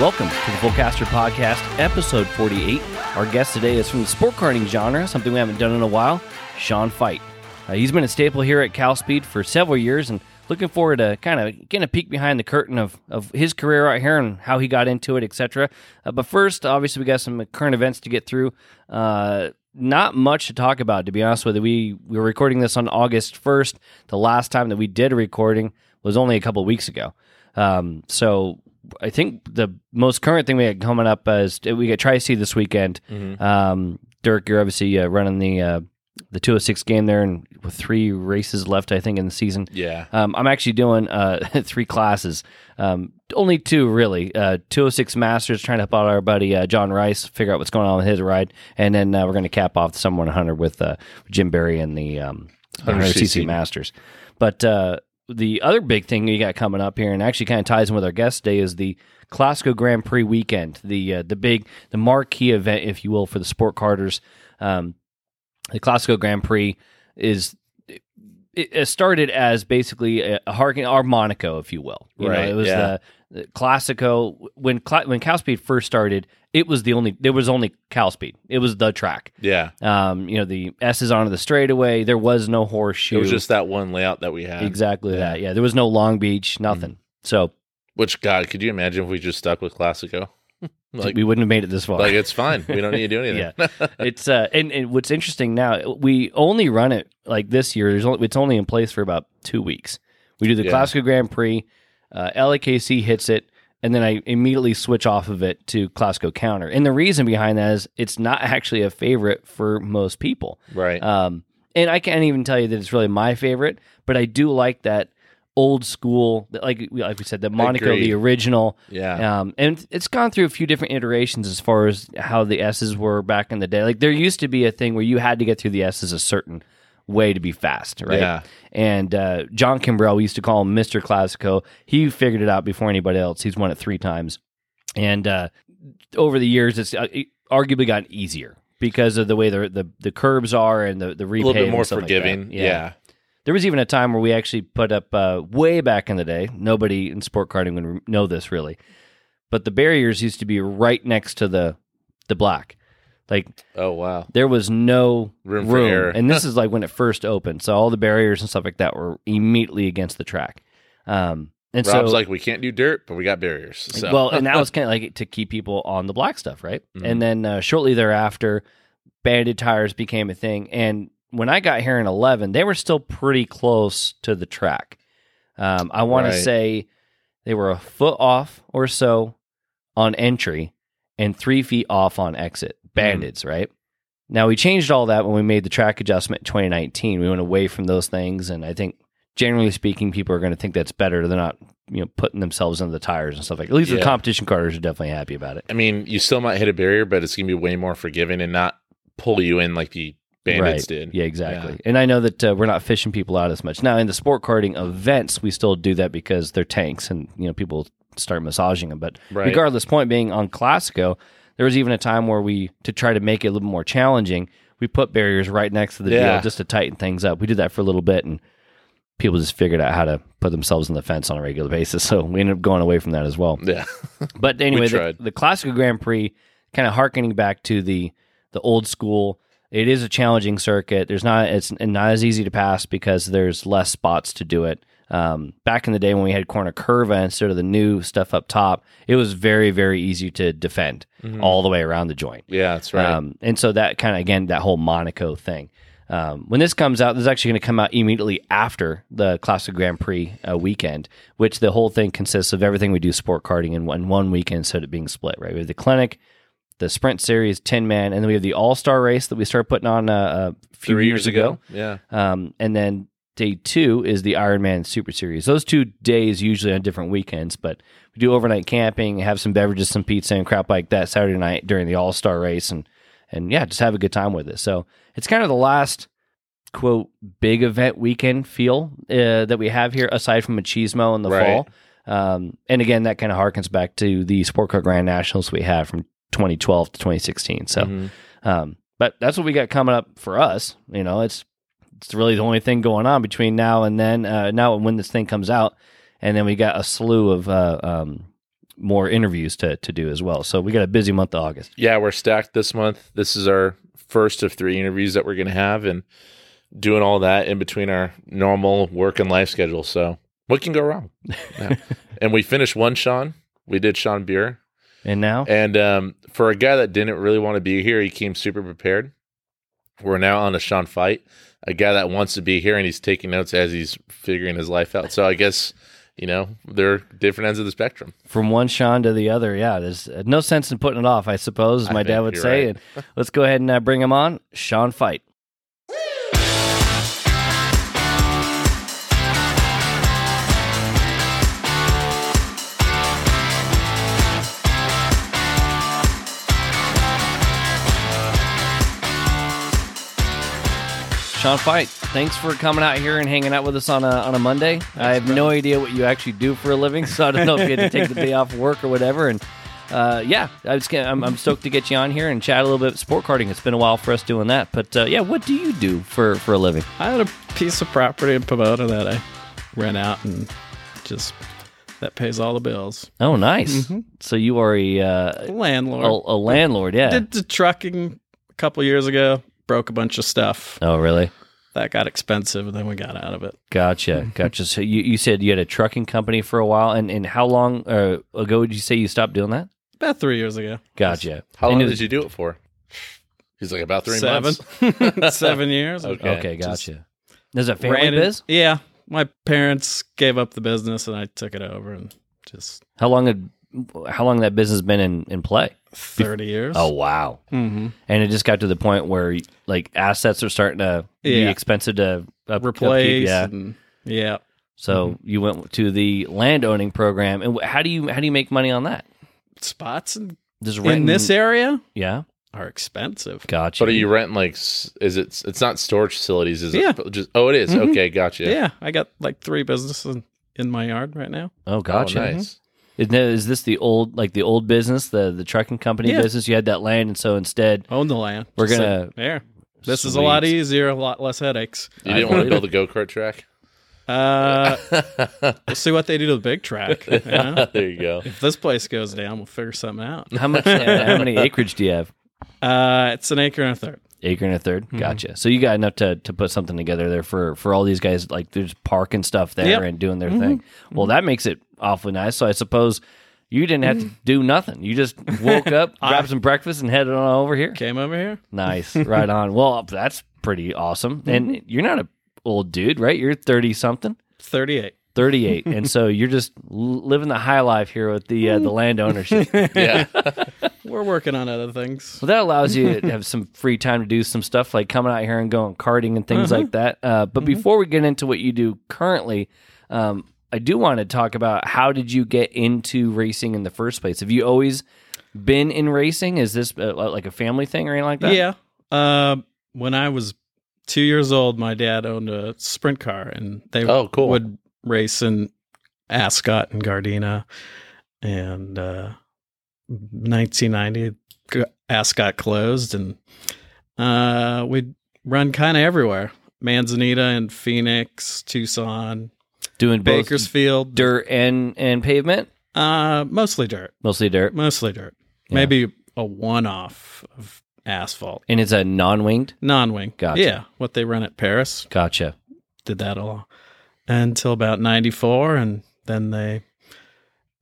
Welcome to the Fullcaster Podcast, episode 48. Our guest today is from the sport karting genre, something we haven't done in a while, Sean Fight. Uh, he's been a staple here at Cal Speed for several years and looking forward to kind of getting a peek behind the curtain of, of his career out here and how he got into it, etc. Uh, but first, obviously, we got some current events to get through. Uh, not much to talk about, to be honest with you. We, we were recording this on August 1st. The last time that we did a recording was only a couple of weeks ago. Um, so I think the most current thing we got coming up is we got Tri C this weekend. Um, Dirk, you're obviously uh, running the uh, the 206 game there, and with three races left, I think, in the season. Yeah. Um, I'm actually doing uh, three classes, um, only two really. Uh, 206 Masters, trying to help out our buddy uh, John Rice, figure out what's going on with his ride, and then uh, we're going to cap off the Sum 100 with uh, Jim Barry and the um, 100cc 100cc. Masters. But uh, the other big thing you got coming up here, and actually kind of ties in with our guest today, is the Classico Grand Prix weekend, the uh, the big, the marquee event, if you will, for the sport carters. Um, the Classico Grand Prix is it, it started as basically a, a harking our Monaco, if you will. You Right, Know, it was yeah. the, the Classico when Cla- when Cal Speed first started. It was the only there was only Cal Speed. It was the track. Yeah. Um, you know the S is onto the straightaway. There was no horseshoe. It was just that one layout that we had. exactly that. Yeah, there was no Long Beach. Nothing. Mm. So Which God, could you imagine if we just stuck with Classico? like, we wouldn't have made it this far. like it's fine. We don't need to do anything. it's uh and, and what's interesting now we only run it like this year there's only it's only in place for about two weeks we do the Yeah. classical grand prix uh lakc hits it and then i immediately switch off of it to classico counter and the reason behind that is it's not actually a favorite for most people right. um, and I can't even tell you that it's really my favorite, but I do like that old school, like like we said, the Monaco, Agreed. the original. Yeah. Um, and it's gone through a few different iterations as far as how the S's were back in the day. Like there used to be a thing where you had to get through the S's a certain way to be fast, right? Yeah. And uh, John Kimbrell, we used to call him Mr. Classico. He figured it out before anybody else. He's won it three times. And uh, over the years, it's uh, it arguably gotten easier because of the way the the, the curves are and the the a repave little bit and more stuff like forgiving. that. yeah. there was even a time where we actually put up uh, way back in the day. Nobody in sport karting would re- know this really, but the barriers used to be right next to the the black. Like Oh wow. there was no Room room, for error. and this is like when it first opened, so all the barriers and stuff like that were immediately against the track. Um, and Rob's so like, we can't do dirt, but we got barriers. So well, and that was kind of like to keep people on the black stuff, right? Mhm. And then uh, shortly thereafter, banded tires became a thing. And when I got here in 11, they were still pretty close to the track. Um, I want Right. to say they were a foot off or so on entry and three feet off on exit, Mm-hmm. bandits, right? Now, we changed all that when we made the track adjustment in 2019. We went away from those things. And I think, generally speaking, people are going to think that's better. They're not, you know, putting themselves into the tires and stuff like At least Yeah. the competition cars are definitely happy about it. I mean, you still might hit a barrier, but it's gonna be way more forgiving and not pull you in like the bandits right. did. Yeah, exactly. And I know that uh, we're not fishing people out as much now. In the sport karting events, we still do that because they're tanks, and you know people start massaging them. But Right. regardless, point being on Classico, there was even a time where we to try to make it a little more challenging. We put barriers right next to the Yeah. deal just to tighten things up. We did that for a little bit, and people just figured out how to put themselves in the fence on a regular basis. So we ended up going away from that as well. Yeah. But anyway, the, tried. the classical Grand Prix, kind of harkening back to the the old school. It is a challenging circuit. There's not it's not as easy to pass because there's less spots to do it. Um, back in the day when we had corner curva instead of the new stuff up top, it was very very easy to defend all the way around the joint. yeah, that's right. Um, and so that kind of again that whole Monaco thing. Um, when this comes out, this is actually going to come out immediately after the Classic Grand Prix uh, weekend, which the whole thing consists of everything we do sport karting in one, one weekend instead of it being split. Right, we have the clinic, the sprint series, ten man, and then we have the All Star race that we started putting on uh, a few Three years, ago. Yeah. Um, and then day two is the Ironman Super Series. Those two days usually on different weekends, but we do overnight camping, have some beverages, some pizza, and crap like that Saturday night during the All Star race, and and yeah, just have a good time with it. So it's kind of the last quote big event weekend feel uh, that we have here, aside from Machismo in the Right. fall. Um, and again, that kind of harkens back to the Sport Car Grand Nationals we had from 2012 to 2016. So. Mhm. Um, but that's what we got coming up for us. You know, it's it's really the only thing going on between now and then. Uh, now and when this thing comes out, and then we got a slew of uh, um, more interviews to to do as well. So we got a busy month of August. Yeah, we're stacked this month. This is our first of three interviews that we're going to have, and doing all that in between our normal work and life schedule. So what can go wrong? No. and we finished one Sean. We did Sean Beer, And now, and um, for a guy that didn't really want to be here, he came super prepared. We're now on a Sean fight, a guy that wants to be here and he's taking notes as he's figuring his life out. So I guess, you know, they're different ends of the spectrum. from one Sean to the other, yeah, there's uh, no sense in putting it off, I suppose, as I my dad think would you're say. right. And let's go ahead and uh, bring him on, Sean Fight. Sean Fight, thanks for coming out here and hanging out with us on a on a Monday. I have no idea what you actually do for a living, so I don't know if you had to take the day off of work or whatever. And uh, yeah, I was, gonna- I'm, I'm stoked to get you on here and chat a little bit of sport karting. It's been a while for us doing that, but uh, yeah, what do you do for for a living? I had a piece of property in Pomona that I rent out and just that pays all the bills. Oh, nice. So you are a, uh, a Landlord. a landlord, yeah? Did the trucking a couple years ago, broke a bunch of stuff. oh, really? That got expensive and then we got out of it. Gotcha, gotcha. So you, you said you had a trucking company for a while, and and how long uh, ago did you say you stopped doing that? About three years ago. Gotcha. How And long it was- did you do it for? He's like, about three Seven. months. Seven years. Okay. Okay, just gotcha. There's a Oh, family Ran in- biz. Yeah. My parents gave up the business and I took it over and just How long had how long that business been in in play? 30 years. Oh wow! hmm And it just got to the point where like assets are starting to be Yeah. expensive to up, upkeep, Replace. Mm-hmm. Yeah. and- yeah. So you went to the land owning program, and wh- how do you how do you make money on that? Spots in, Just in renting- this area Yeah, are expensive. gotcha. But are you renting like, s- is it, it's not storage facilities, is Yeah. it? Just, oh, it is. Mhm. Okay, gotcha. Yeah. I got like three businesses in, in my yard right now. Oh, Oh, gotcha. nice. Is, now- is this the old like the old business, the the trucking company Yeah. business? You had that land, and so instead, Own the land. We're Just gonna- said, there. This is a lot Sweet. easier, a lot less headaches. You I didn't want to believe build a go kart track? Uh, we'll see what they do to the big track. you know? there you go. If this place goes down, we'll figure something out. how much how many acreage do you have? Uh, it's an acre and a third. Acre and a 3rd Gotcha. So you got enough to, to put something together there for, for all these guys. Like there's parking stuff there Yep. and doing their thing. Well, that makes it awfully nice. So I suppose you didn't have to do nothing. You just woke up, grabbed some breakfast, and headed on over here. Came over here. Nice. Right on. Well, that's pretty awesome. And you're not a old dude, right? You're thirty something. 38. 38 and so you're just l- living the high life here with the uh, the land ownership so Yeah. We're working on other things. that allows you to have some free time to do some stuff like coming out here and going karting and things Uh-huh. like that uh, but Mm-hmm. before we get into what you do currently um, i do want to talk about how did you get into racing in the first place have you always been in racing is this uh, like a family thing or anything like that Yeah. Uh, when I was two years old, my dad owned a sprint car, and they Oh, cool. would race in Ascot and Gardena. And uh, 1990, G- Ascot closed, and uh, we'd run kind of everywhere Manzanita and Phoenix, Tucson, doing both Bakersfield. dirt and and pavement Uh, mostly dirt. mostly dirt Mostly dirt. Yeah. Maybe a one off of asphalt. and it's a non-winged Non wing. Gotcha. Yeah. What they run at Paris. gotcha Did that all until about 94. And then they.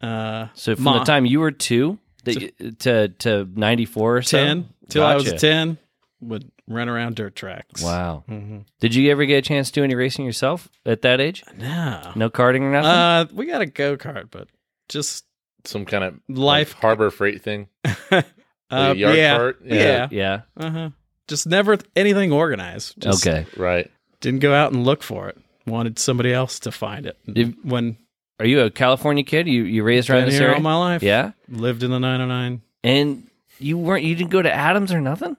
Uh, So from the Ma- time you were two that you- to to ninety four or so? 10 till I was Gotcha. 10, would run around dirt tracks. Wow. Mm-hmm. Did you ever get a chance to do any racing yourself at that age? No. No karting or nothing. Uh, we got a go kart, but just Some kind of like, life. harbor freight thing. uh, the yard yeah. cart? Yeah. yeah. Uh-huh. Just never th- anything organized. Just okay. Right. Didn't go out and look for it. Wanted somebody else to find it. If- when Are you a California kid? You you raised around been this here area? all my life. yeah. Lived in the 909. And you weren't. You didn't go to Adams or nothing.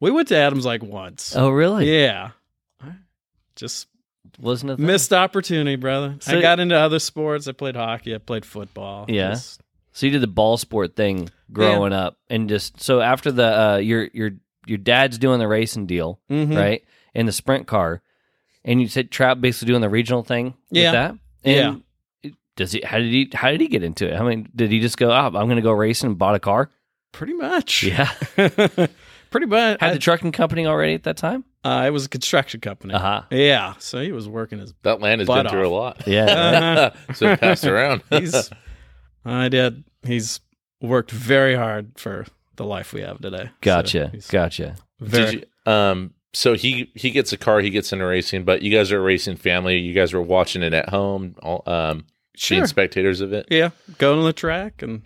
We went to Adams like once. Oh really? Yeah. Just Wasn't it missed opportunity, brother. So- I got into other sports. I played hockey. I played football. Yeah. Just- So you did the ball sport thing growing up, and just so after the uh, your your your dad's doing the racing deal, Mhm. right? And the sprint car, and you said trap basically doing the regional thing Yeah. with that. Yeah. it- does he? How did he? How did he get into it? I mean, did he just go? Oh, I'm going to go racing and bought a car. Pretty much. Yeah, Pretty much. had I, the trucking company already at that time. uh, it was a construction company. Uh huh. Yeah. So he was working his. That land has Butt been through a Yeah. Uh, lot. so it passed around. he's. I did. He's worked very hard for the life we have today. So Gotcha. he's gotcha. very- Did you, um so he he gets a car, he gets into racing, but you guys are a racing family. You guys were watching it at home, all um being sure. spectators of it. Yeah. Going to the track, and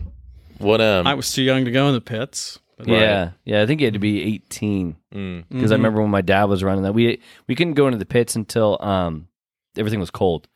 What um I was too young to go in the pits. But- Yeah. Yeah. I think you had to be 18 mm, because Mm-hmm. I remember when my dad was running that we we couldn't go into the pits until um everything was cold.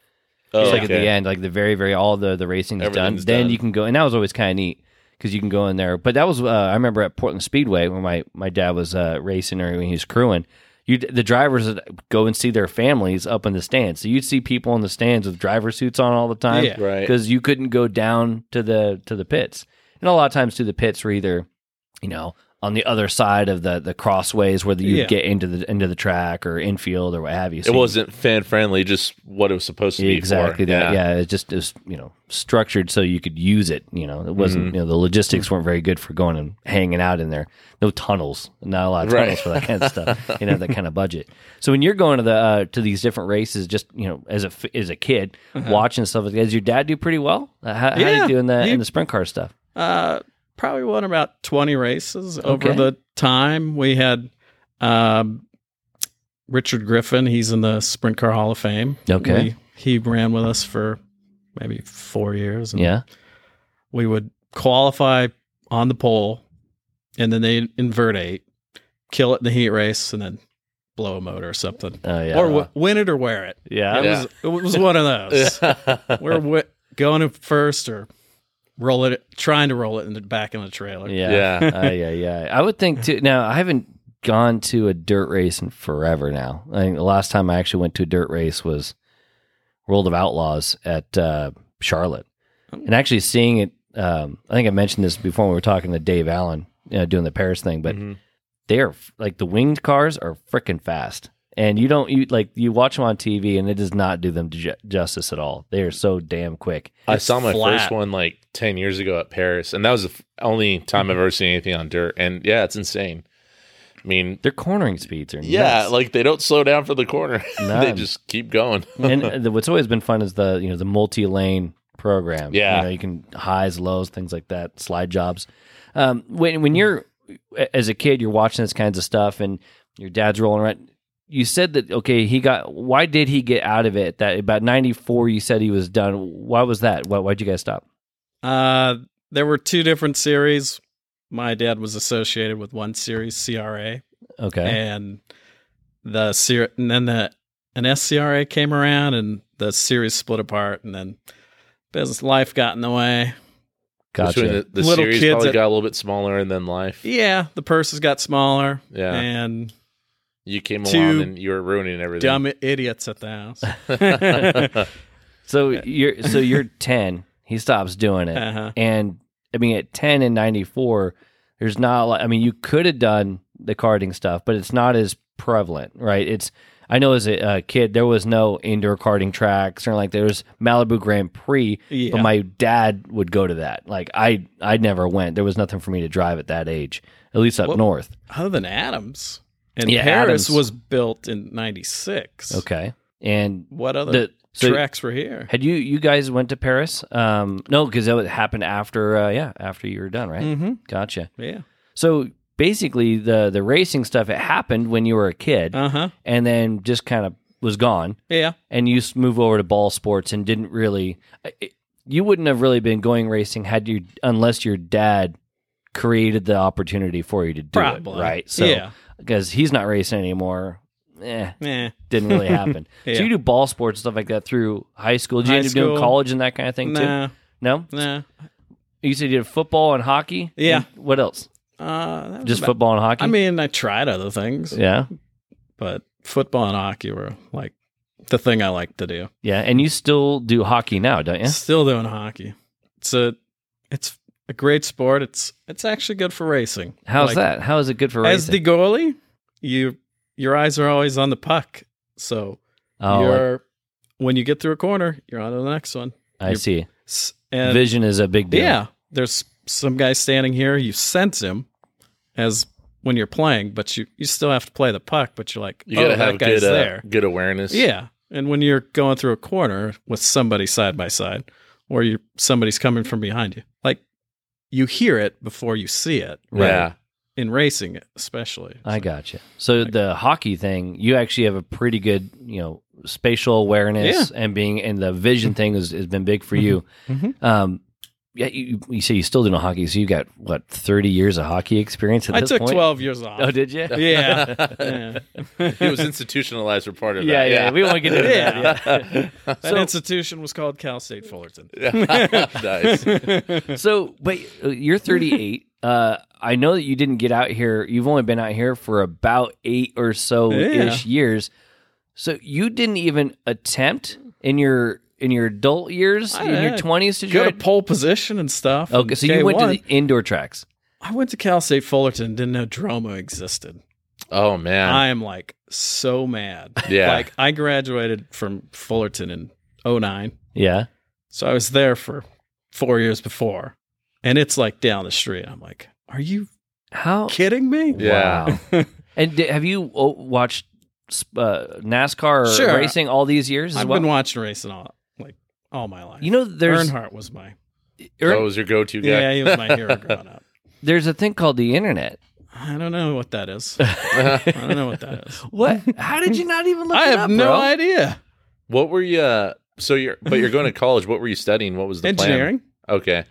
oh, It's like at okay. the end, like the very, very all the the racing is done. Everything's Then done. you can go, and that was always kind of neat because you can go in there. But that was uh, I remember at Portland Speedway when my my dad was uh, racing or when he was crewing. You the drivers would go and see their families up in the stands, so you'd see people in the stands with driver suits on all the time Yeah. Right. because you couldn't go down to the to the pits. And a lot of times, too, the pits were either, you know, on the other side of the the crossways where you Yeah. would get into the into the track or infield or what have you. So It you- wasn't fan friendly, just what it was supposed to be. for. exactly that. Yeah. it just is you know structured so you could use it. You know, it wasn't you know the logistics weren't very good for going and hanging out in there. No tunnels, not a lot of tunnels Right. for that kind of stuff. You know, that kind of budget. So when you're going to the uh, to these different races, just you know as a f- as a kid watching stuff, like, does your dad do pretty well? Uh, how, how do you Yeah, do in the he- in the sprint car stuff? Uh, probably won about 20 races Okay. over the time. We had um, Richard Griffin. He's in the Sprint Car Hall of Fame. Okay. We- he ran with us for maybe four years. and Yeah. We would qualify on the pole and then they invert eight, kill it in the heat race, and then blow a motor or something. Oh yeah. Or w- win it or wear it. yeah. It, Yeah. was, it was one of those. We're w- going in first or roll it, trying to roll it in the back in the trailer. Yeah. yeah. uh, yeah, yeah. I would think too. Now I haven't gone to a dirt race in forever. Now I think the last time I actually went to a dirt race was World of Outlaws at uh, Charlotte, and actually seeing it. Um, I think I mentioned this before when we were talking to Dave Allen you know, doing the Paris thing, but Mm-hmm. Mhm. they are like the winged cars are freaking fast. And you don't you like you watch them on TV and it does not do them ju- justice at all. They are so damn quick. I It's saw my flat. first one like 10 years ago at Paris, and that was the f- only time I've ever seen anything on dirt. And yeah, it's insane. I mean, Their cornering speeds are yeah, nuts. like they don't slow down for the corner, they None. just keep going. and the, what's always been fun is the you know the multi lane program. Yeah. you, know, you can highs, lows, things like that, slide jobs. Um, when when you're as a kid, you're watching this kinds of stuff, and your dad's rolling around. You said that okay, he got. Why did he get out of it? That about ninety four, you said he was done. Why was that? Why, why'd you guys stop? Uh, there were two different series. My dad was associated with one series, CRA, Okay, and the ser- and then the an SCRA came around, and the series split apart, and then business life got in the way. gotcha. Between the, the Little series kids probably at- got a little bit smaller, and then life. Yeah, the purses got smaller, Yeah, and you came Two along and you were ruining everything. dumb idiots at the house. yeah, Uh, so you're so you're ten. He stops doing it. Uh-huh. And I mean, at 10 and 94, there's not like, I mean, you could have done the karting stuff, but it's not as prevalent, right? It's, I know as a uh, kid, there was no indoor karting tracks or like there was Malibu Grand Prix, Yeah. but my dad would go to that. Like I, I never went. There was nothing for me to drive at that age, at least up Well- north. Other than Adams, and Yeah, Paris Adams. was built in '96. Okay. And What other The- so- tracks were here? had you, you guys went to Paris? Um, no, because that would happen after, uh, yeah, after you were done, right? Mm-hmm. Gotcha. Yeah. So basically, the the racing stuff it happened when you were a kid, Uh huh. and then just kind of was gone, Yeah. and you s- move over to ball sports and didn't really. uh, It, you wouldn't have really been going racing had you unless your dad created the opportunity for you to do Probably. it, right? So yeah. because he's not racing anymore, eh, Yeah. didn't really happen. Yeah. So you do ball sports and stuff like that through high school. Did you High end up school. doing college and that kind of thing too? Nah. No, Nah. you said you did football and hockey. Yeah. And what else? Uh, that was Just about- football and hockey. I mean, I tried other things, yeah. but football and hockey were like the thing I like to do. Yeah, and you still do hockey now, don't you? Still doing hockey. It's a, it's a great sport. It's it's actually good for racing. How's Like, that? How is it good for As the racing? goalie, you your eyes are always on the puck, so oh, like- you're when you get through a corner, you're on to the next one. I see. S- and- Vision is a big deal. Yeah, there's some guy standing here. You sense him as when you're playing, but you, you still have to play the puck. But you're like, You oh, gotta that have guy's good uh, there. good awareness. Yeah, and when you're going through a corner with somebody side by side, or you somebody's coming from behind you, like you hear it before you see it. Right. Yeah. In racing, especially. I gotcha. So the hockey thing, you actually have a pretty good, you know, spatial awareness and being and the Mm-hmm. vision thing has, has been big for you. Mhm. Um, yeah, you, you say you still do know hockey, so you got what thirty years of hockey experience at I this took point? twelve years off. Oh, did you? Yeah. yeah. it was institutionalized for part of Yeah, that. yeah, we won't get into that, That institution was called Cal State Fullerton. nice. So, but uh, you're 38. Uh, I know that you didn't get out here. You've only been out here for about eight or so ish years. So you didn't even attempt in your in your adult years, I- in your I twenties, to Go try. Oh, to pole position and stuff. okay, and so you went to K1. the indoor tracks. I went to Cal State Fullerton, didn't know Droma existed. Oh man. I am like so mad. yeah. Like I graduated from Fullerton in 09. Yeah, So I was there for four years before. And it's like down the street. I'm like, are you how? kidding me? Yeah. Wow. and d- have you oh, watched sp- uh, NASCAR or Sure. racing all these years? as I've well? been watching racing all like all my life. you know, there's Earnhart was my Earn- that Oh, was your go-to guy. Yeah, he was my hero growing up. there's a thing called the internet. I don't know what that is. I don't know what that is. What? How did you not even look? I it have up, no bro? idea. what were you? Uh, so you're, but you're going to college. What were you studying? What was the plan? Engineering. Okay.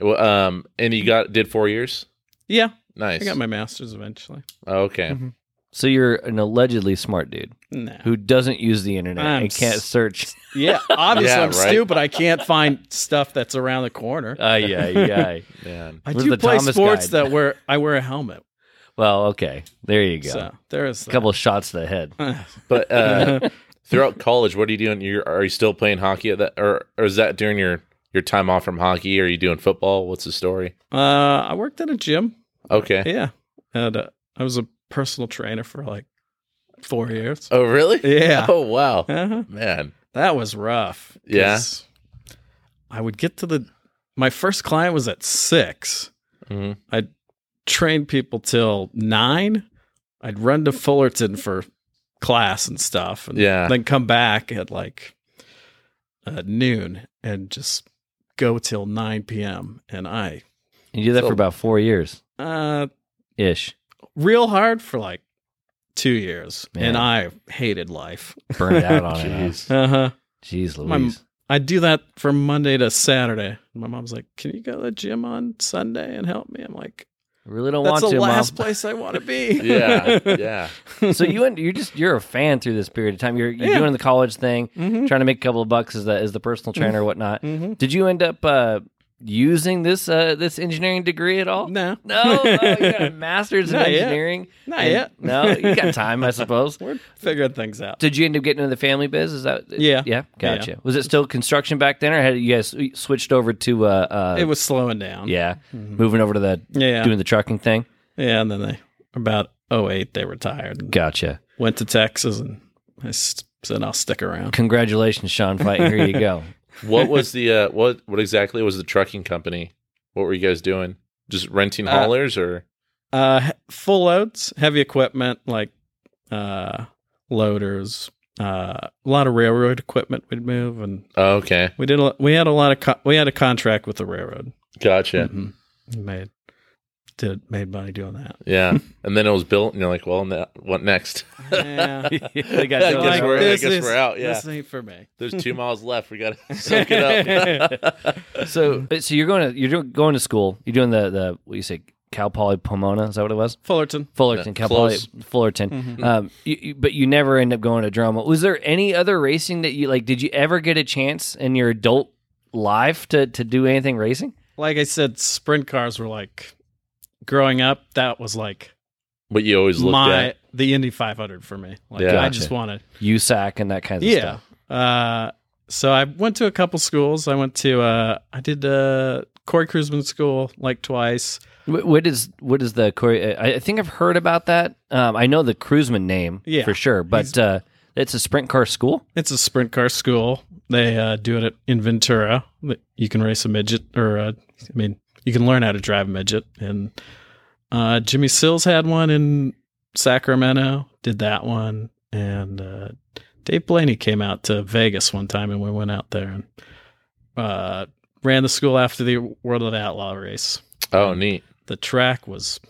Well, um, and you got did four years. Yeah. Nice. Oh, I got my master's eventually. okay. So you're an allegedly smart dude Nah. who doesn't use the internet I'm and can't s- search. Yeah, obviously Yeah, I'm right. stupid. I can't find stuff that's around the corner. Ay, ay, ay. Mm-hmm. Man. I Uh, Where's do the play Thomas sports guide? that wear I wear a helmet. Well, okay. There you go. So there is a couple of shots to the head. that. But uh, throughout college, what are you doing? You're are you still playing hockey at that, or or is that during your your time off from hockey? Are you doing football? What's the story? uh, I worked at a gym. Okay. Yeah, and uh, I was a personal trainer for like four years. Oh really? Yeah. Oh wow, Uh-huh. man. That was rough. 'cause Yeah. I would get to the. My first client was at six. Mhm. I trained people till nine. I'd run to Fullerton for class and stuff, and Yeah. then come back at like uh, noon and just go till nine p.m. And I You did that So- for about four years uh, ish. real hard for like two years, and Yeah. I hated life. Burned out on it. Jeez. Uh huh. Uh-huh. Jeez My- Louise. I'd do that from Monday to Saturday. My mom's like, "Can you go to the gym on Sunday and help me?" I'm like, I really don't "That's want the to, last Mom. place I want to be." Yeah. Yeah. so you and you're just you're a fan through this period of time. You're, you're Yeah. doing the college thing, Mhm. trying to make a couple of bucks as the as the Mm-hmm. personal trainer or whatnot. Mhm. Did you end up uh, using this uh, this engineering degree at all? No, No, oh, you got a master's in Not yet. engineering. not And- yet. No, you got time, I suppose. We're figuring things out. Did you end up getting into the family biz? Is that Yeah. yeah? Gotcha. Was it still construction back then, or had you guys switched over to uh, uh It was slowing down. Mm-hmm. yeah, moving over to the yeah, doing the trucking thing? yeah. And then they about 08, they retired. and Gotcha. Went to Texas, and I s- said, "I'll stick around." Congratulations, Sean Fight. Here you go. What was the uh, what what exactly was the trucking company? What were you guys doing? Just renting Uh, haulers or Uh, he- full loads, heavy equipment like uh, loaders, uh, a lot of railroad equipment we'd move, and Oh, okay. we did. A, lo- we had a lot of. Co- we had a contract with the railroad. Gotcha. Mhm. We Made did made money doing that. Yeah. and then it was built and you're like, well, now, what next? Yeah. They got I you guess on the we're- I road. guess we're out, yeah. this ain't for me. There's two miles left. We got to soak it up. so so you're going to you're doing, going to school. You're doing the the what you say Cal Poly Pomona. Is that what it was? Fullerton. Fullerton, Cal Poly Close. Fullerton. Hmm. Um, you, you- but you never end up going to drama. Was there any other racing that you like? Did you ever get a chance in your adult life to to do anything racing? Like I said, sprint cars were like growing up. That was like What you always looked my at. the Indy 500 for me. Like Yeah. I just wanted USAC and that kind of yeah. stuff. Uh, so I went to a couple schools. I went to uh, I did uh, Corey Cruzman School like twice. Wh- What is what is the Corey? I I think I've heard about that. Um, I know the Cruiseman name Yeah. for sure, but uh, it's a sprint car school. It's a sprint car school. They uh, do it at, in Ventura. That You can race a midget, or uh, I mean, you can learn how to drive a midget. And uh, Jimmy Sills had one in Sacramento. Did that one, and uh, Dave Blaney came out to Vegas one time, and we went out there and uh, ran the school after the World of Outlaw race. Oh, neat. The track was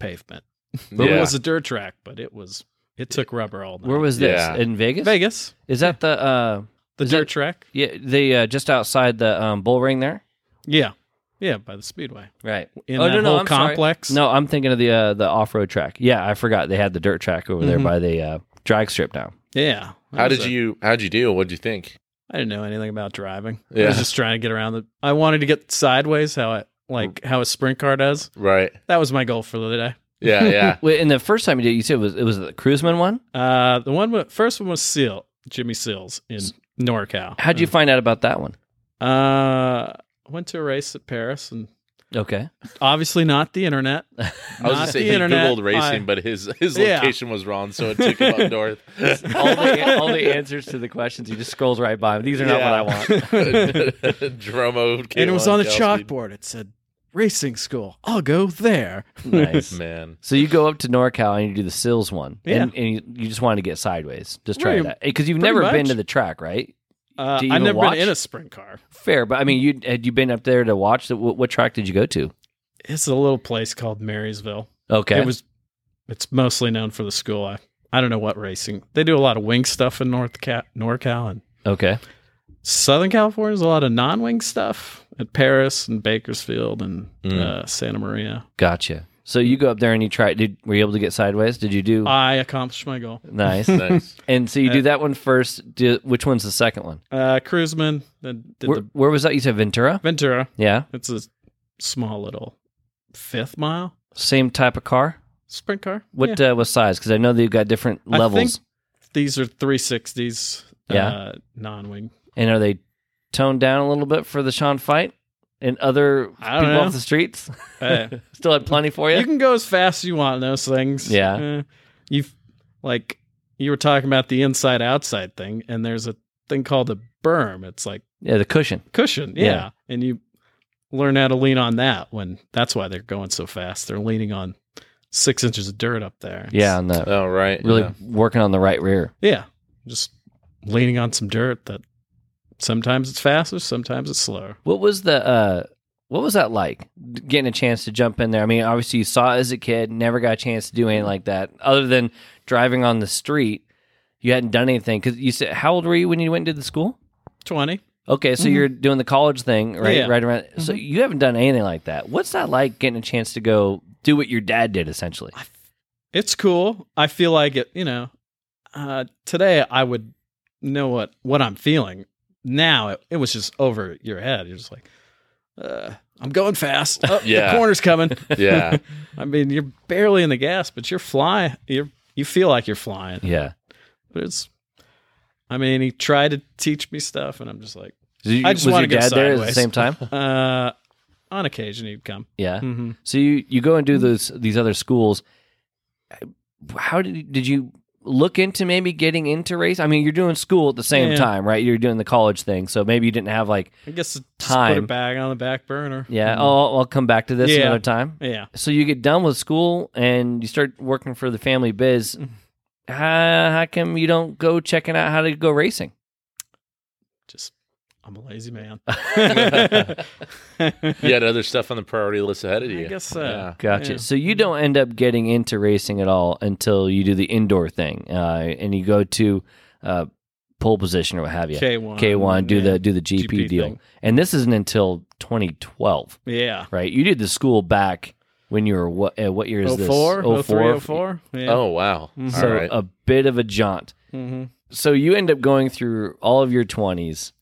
pavement. It Yeah. was a dirt track, but it was it took rubber all night. Where was this? Yeah. In Vegas? Vegas? Is that the uh The Is dirt that- track? yeah, the uh, just outside the um, bull ring there? Yeah, yeah, by the speedway Right. in Oh, that no, no, whole I'm sorry. complex. No, I'm thinking of the uh, the off road track. Yeah, I forgot they had the dirt track over there Mhm. by the uh, drag strip now. yeah. That How was did a- you how'd you deal? What'd you think? I didn't know anything about driving. I Yeah. was just trying to get around the. I wanted to get sideways, how it Mm. like how a sprint car does. Right. That was my goal for the day. Yeah, yeah. Wait, and the first time you did, it, you said it was it was the Cruiseman one. Uh, the one with, first one was Seal Jimmy Seals in NorCal. How'd you find out about that one? Uh, went to a race at Paris and Okay, obviously not the internet. I was Not gonna say the he internet. googled racing, I- but his his Yeah. location was wrong, so it took him up north. all the all the answers to the questions he just scrolls right by. These are not Yeah. what I want. Dromo and it was on the Kowalski. chalkboard. It said racing school. I'll go there. Nice. Man. So you go up to NorCal and you do the Sills one, Yeah. and, and you, you just wanted to get sideways. Just try Pretty- that because you've pretty never been much. to the track, right? Uh, Do you I've even never watch? been in a sprint car. Fair, but I mean, you had you been up there to watch? The, what, what track did you go to? It's a little place called Marysville. Okay, It was. It's mostly known for the school. I I don't know what racing they do. A lot of wing stuff in North Cat NorCal and okay, Southern California. There's a lot of non-wing stuff at Paris and Bakersfield and Mm. uh, Santa Maria. gotcha. So you go up there and you try. Did were you able to get sideways? Did you do I accomplished my goal. nice? Nice. And so you do Uh, that one first. Do, which one's the second one? Uh, Cruiseman then did Where, the where was that? You said Ventura. Ventura. Yeah, It's a small little fifth mile same type of car. sprint car. Yeah. What uh, what size? Because I know they've got different I levels. think these are 360s. Yeah. Uh, non wing. And are they toned down a little bit for the Sean fight and other I don't people know. off the streets? Uh, Still had plenty for you. You can go as fast as you want in those things. Yeah. Uh, you've, like, you were talking about the inside outside thing, and there's a thing called a berm. It's like yeah, the cushion. cushion. Yeah. Yeah. And you learn how to lean on that when that's why they're going so fast. They're leaning on six inches of dirt up there. It's- Yeah, and the Oh right. really yeah. working on the right rear. Yeah. Just leaning on some dirt that sometimes it's faster, sometimes it's slower. What was the uh what was that like? D- Getting a chance to jump in there. I mean, obviously you saw it as a kid, never got a chance to do anything like that other than driving on the street. You hadn't done anything cuz you said how old were you when you went to the school? 20. Okay, so you're doing the college thing, right? Mm-hmm. Yeah. Mm-hmm. Right around. So you haven't done anything like that. What's that like getting a chance to go do what your dad did essentially? It's cool. I feel like it, you know, uh, today I would know what, what I'm feeling. Now it, it was just over your head. You're just like, uh, I'm going fast. Oh, Yeah. The corner's coming. Yeah. I mean, you're barely in the gas, but you're flying. You're, you feel like you're flying. Yeah. But it's, I mean, he tried to teach me stuff, and I'm just like, So you, I just was wanna your go dad there at the sideways. same time? uh, on occasion he'd come. Yeah. Mm-hmm. So you, you go and do those these other schools. How did you, did you look into maybe getting into race? I mean, you're doing school at the same Yeah. time, right? You're doing the college thing, so maybe you didn't have like, I guess it's just put Time. a bag on the back burner. yeah, oh, I'll come back to this Mm-hmm. Yeah. another time. Yeah. So you get done with school and you start working for the family biz. Mm-hmm. How, how come you don't go checking out how to go racing? Just, I'm a lazy man. You had other stuff on the priority list ahead of I you. guess uh, so. Yeah. Gotcha. Yeah. So you don't end up getting into racing at all until you do the indoor thing, uh, and you go to uh, pole position or what have you. K1. K one, do yeah. the do the GP, GP deal. thing. And this isn't until 2012, Yeah. right? You did the school back when you were what? Uh, what year is Oh this? four, oh three, 04? oh four. Yeah. Oh wow. Mhm. All So uh, right. a bit of a jaunt. Mm-hmm. So you end up going through all of your 20s,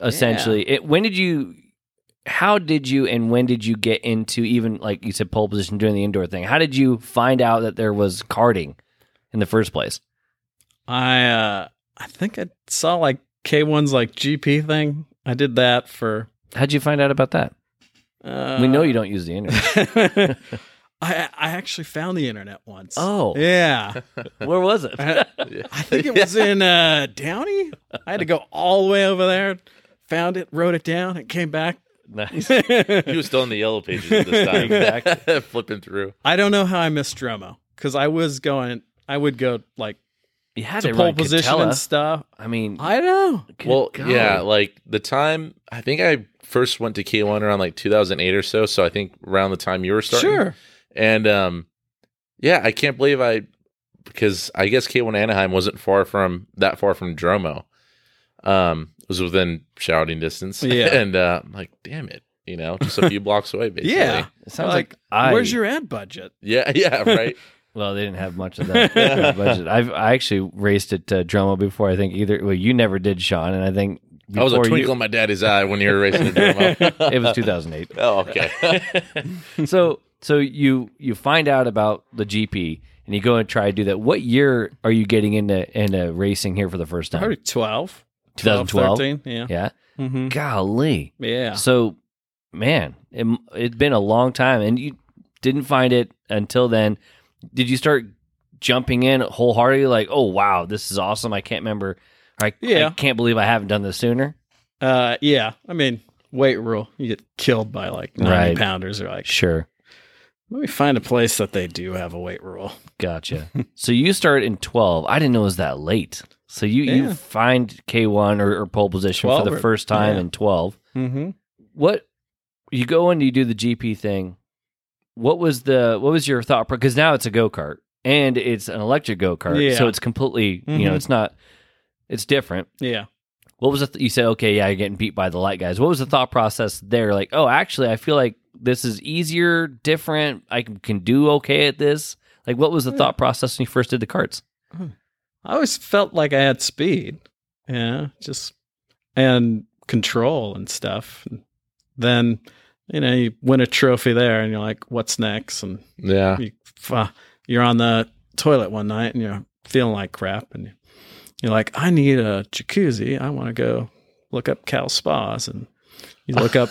essentially. It, when did you? How did you and when did you get into even like you said pole position doing the indoor thing? How did you find out that there was karting in the first place? I uh, I think I saw like K1's like GP thing. I did that for. How'd you find out about that? Uh, we know you don't use the internet. I I I actually found the internet once. Oh. yeah. Where was it? I, I think it was in uh, Downey. I had to go all the way over there, found it, wrote it down, and came back. nice. He was still in the yellow pages at this time, Exactly. flipping through. I don't know how I missed Dromo because I was going. I would go like You had to to pole run position Catella. and stuff. I mean, I know. good Well, God. yeah, like the time I think I first went to K1 around like 2008 or so. So I think around the time you were starting. Sure. And um, yeah, I can't believe I because I guess K1 Anaheim wasn't far from that far from Dromo. Um, it was within shouting distance. Yeah. and uh, I'm like, damn it, you know, just a few blocks away, basically. Yeah. It sounds like, like, I. Where's your ad budget? yeah, yeah, right. Well, they didn't have much of that in the budget. I've I actually raced at uh, Dromo before. I think either. Well, you never did, Sean, and I think I was a before twinkle you- in my daddy's eye when you were racing the Dromo. it was 2008. oh, okay. so so you you find out about the GP and you go and try to do that. What year are you getting into into racing here for the first time? Probably 12. 2012? 13. Yeah. Yeah. Mm-hmm. Golly. Yeah. So, man, it, it's been a long time, and you didn't find it until then. Did you start jumping in wholeheartedly, like, "Oh wow, this is awesome! I can't remember, I, I Yeah. can't believe I haven't done this sooner." Uh, yeah. I mean, weight rule. You get killed by like 90 Right. pounders. Or like, Sure, let me find a place that they do have a weight rule. gotcha. so you start in twelve. I didn't know it was that late. So you you Yeah. find K one or, or pole position 12 for the or- first time yeah. in twelve. Mm-hmm. What you go and you do the GP thing. What was the what was your thought? Because now it's a go kart and it's an electric go kart, Yeah. so it's completely you know Mhm. it's not it's different. Yeah. What was the th- you said? Okay, yeah, you're getting beat by the light guys. What was the thought process there? Like, oh, actually, I feel like this is easier, different. I can, can do okay at this. Like, what was the Yeah. thought process when you first did the carts? I always felt like I had speed. Yeah. Just, and control and stuff. And then, you know, you win a trophy there and you're like, what's next? And yeah. you, f- you're on the toilet one night and you're feeling like crap and you're like i need a jacuzzi i want to go look up cal spas and you look up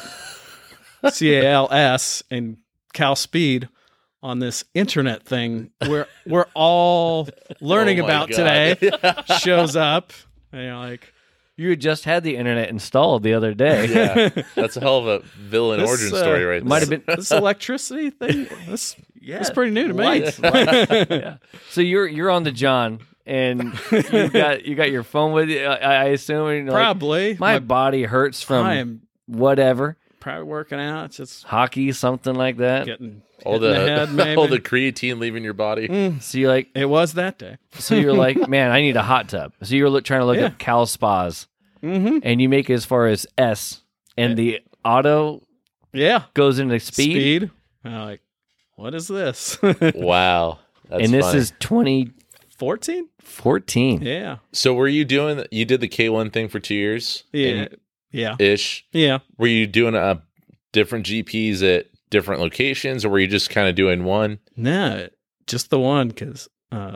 c-a-l-s and cal speed on this internet thing where we're all learning Oh my about God. today shows up and you're like You had just had the internet installed the other day. yeah, that's a hell of a villain This, origin uh, story, right? It might have there. been this electricity thing this yeah, it's pretty new to me. Lights, lights. yeah. So you're you're on the John, and you got you got your phone with you. I, I assume and you're like, probably my, um, body hurts from i am whatever probably working out it's just hockey, something like that. getting all hit the, in the head, maybe. all the creatine leaving your body. Mm, So you like it was that day. so you're like man, I need a hot tub. So you're look, trying to look Yeah. up Cal Spas, Mm-hmm. and you make it as far as S, and the auto Yeah. goes into speed, Speed. And I'm like, what is this? Wow, that's and this funny. is 2014. 14? Yeah. so. Were you doing? You did the K one thing for two years, Yeah. Yeah. ish. Yeah. Were you doing a different GPS at different locations, or were you just kind of doing one? No, just the one because uh,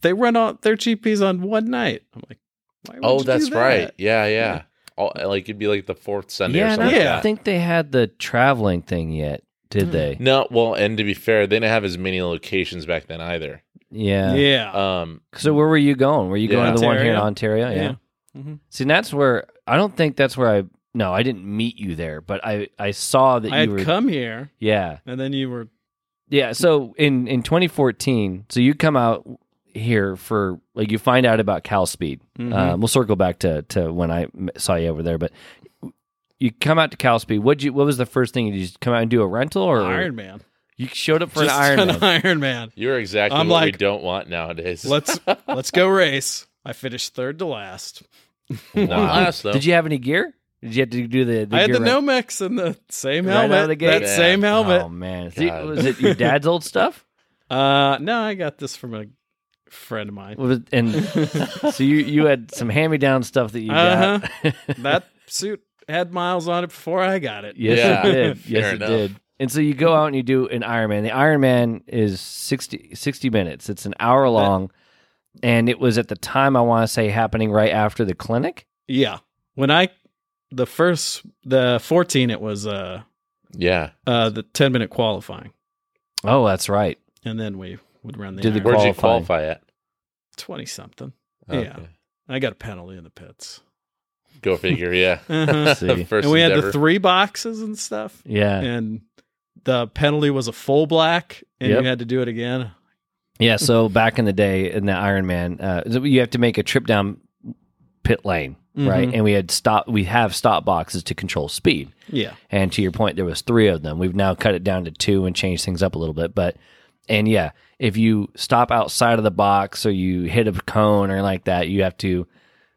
they run all their GPs on one night. I'm like, why would Oh, you that's do that? right. Yeah, yeah. Yeah. All, like it'd be like the fourth Sunday Yeah, or and something. I like Yeah. don't that. think they had the traveling thing yet, did Hmm. they? No, well, and to be fair, they didn't have as many locations back then either. Yeah. Yeah. Um, So where were you going? Were you going Yeah. to the one here in Ontario? yeah. Oh, Yeah. Mhm. See, and that's where I don't think that's where I. No, I didn't meet you there, but I I saw that I you had were. come here Yeah, and then you were, yeah. So in in 2014, so you come out here for like you find out about Cal Speed. Mhm. Um, we'll circle back to to when I m- saw you over there, but you come out to Cal Speed. What you? What was the first thing? Did you just come out and do a rental or Iron Man. you showed up for Just an Iron an Man? Iron Man. you're exactly I'm what we like, don't want nowadays. Let's let's go race. I finished third to last. Not us, though. Did you have any gear? Did you have to do the? the I had gear the rent- Nomex and the same Right helmet. out of the gate? That Yeah. same Oh helmet. man, See, God. was it your dad's old stuff? Uh, no, I got this from a friend of mine. Was it- And so you you had some hand me down stuff that you Uh-huh. got. that suit had miles on it before I got it. yes, Yeah, it did. fair Yes, it enough. did. And so you go out and you do an Ironman. The Ironman is 60, 60 minutes. It's an hour long, and it was at the time I want to say happening right after the clinic. Yeah. When I the first the 14 it was uh yeah. uh the 10 minute qualifying. Oh, that's right. and then we would run the Did the iron. Where'd you Qualifying. qualify at? twenty something. Okay. Yeah, I got a penalty in the pits. Go figure. Yeah. Uh-huh. First See. and we had endeavor. the three boxes and stuff, Yeah. and the penalty was a full black, and Yep. you had to do it again. Yeah, so back in the day in the Iron Man, uh, you have to make a trip down pit lane, right? Mm-hmm. Mhm. And we had stop, we have stop boxes to control speed. Yeah, And to your point, there was three of them. We've now cut it down to two and changed things up a little bit. But and yeah, if you stop outside of the box or you hit a cone or like that, you have to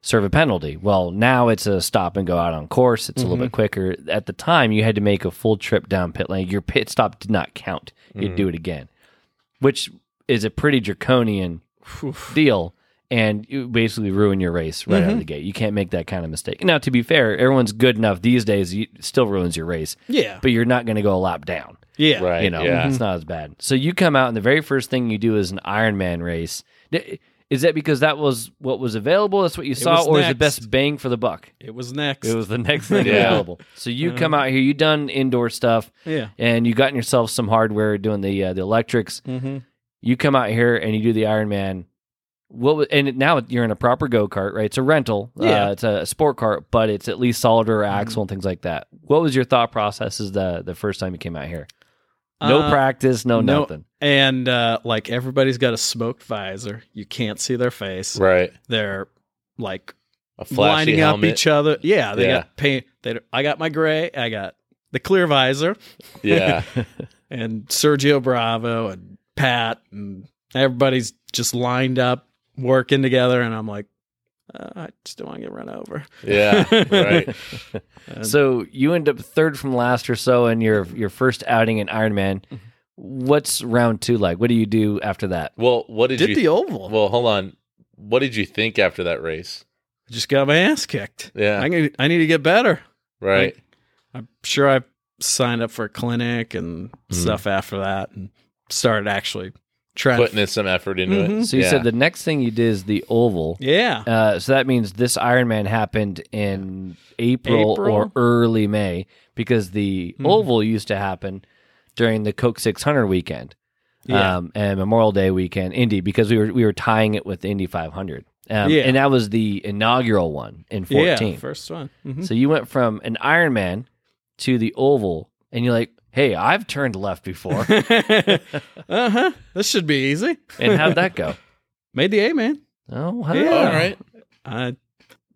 serve a penalty. Well, now it's a stop and go out on course. It's a little bit quicker. At the time, you had to make a full trip down pit lane. Your pit stop did not count. You'd do it again, which is a pretty draconian deal. And you basically ruin your race right out of the gate. You can't make that kind of mistake. Now, to be fair, everyone's good enough these days. You it still ruins your race, yeah, but you're not going to go a lap down. yeah. Right. You know, Yeah. it's not as bad. So you come out, and the very first thing you do is an Ironman race. D- Is that because that was what was available? That's what you saw, was or is the next. best bang for the buck? It was next. It was the next thing Yeah. available. So Uh-huh. you come out here, you done indoor stuff, yeah. and you gotten yourself some hardware doing the uh, the electrics. Mm-hmm. You come out here and you do the Ironman. What was, and now you're in a proper go kart, right? It's a rental, Yeah. Mm-hmm. Uh, it's a sport cart, but it's at least solid or axle and things like that. What was your thought process as the the first time you came out here? No Uh, practice, no, no- nothing. And uh, like everybody's got a smoked visor. You can't see their face. Right. They're like A flashy lining helmet. up each other. Yeah, they Yeah. got paint. They don't- I got my gray. I got the clear visor Yeah. and Sergio Bravo and Pat and everybody's just lined up working together. And I'm like, uh, I just don't want to get run over. Yeah. Right. So you end up third from last or so in your your first outing in Ironman. Mm-hmm. What's round two like? What do you do after that? Well, what did, Did you? the oval? well, hold on. What did you think after that race? I just got my ass kicked. Yeah. I need. I need to get better. right. I'm sure I signed up for a clinic and Mm-hmm. stuff after that, and started actually trying. Putting in some effort into it. Mhm. So you Yeah. said the next thing you did is the oval. yeah, Uh, so that means this Ironman happened in April, April? or early May because the Mhm. oval used to happen during the Coke 600 weekend yeah, um, and Memorial Day weekend Indy because we were we were tying it with the Indy 500. Um, Yeah. And that was the inaugural one in 14. yeah. First one. Mhm. So you went from an Ironman to the oval, and you're like, "Hey, I've turned left before." uh huh. This should be easy. and how'd that go? Made the A man. Oh, wow. Yeah. All right. I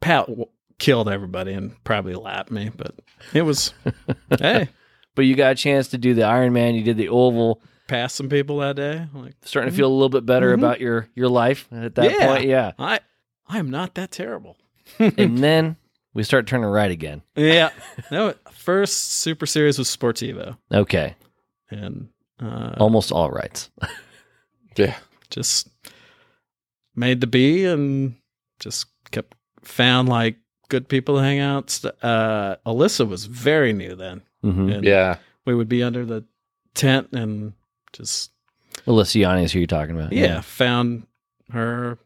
Pat w- killed everybody and probably lapped me, but it was hey, But you got a chance to do the Ironman. You did the oval. passed some people that day. I'm like Starting to feel a little bit better Mhm. about your your life at that Yeah. point. Yeah. I, I am not that terrible. and then we start turning right again. Yeah. no. First Super Series was Sportivo, Okay, and uh, almost all rights. Yeah. just made the B and just kept found like good people to hang out. St- Uh, Alyssa was very new then. Mm-hmm. And Yeah. we would be under the tent and just Aliciani is who you're talking about. yeah, found her.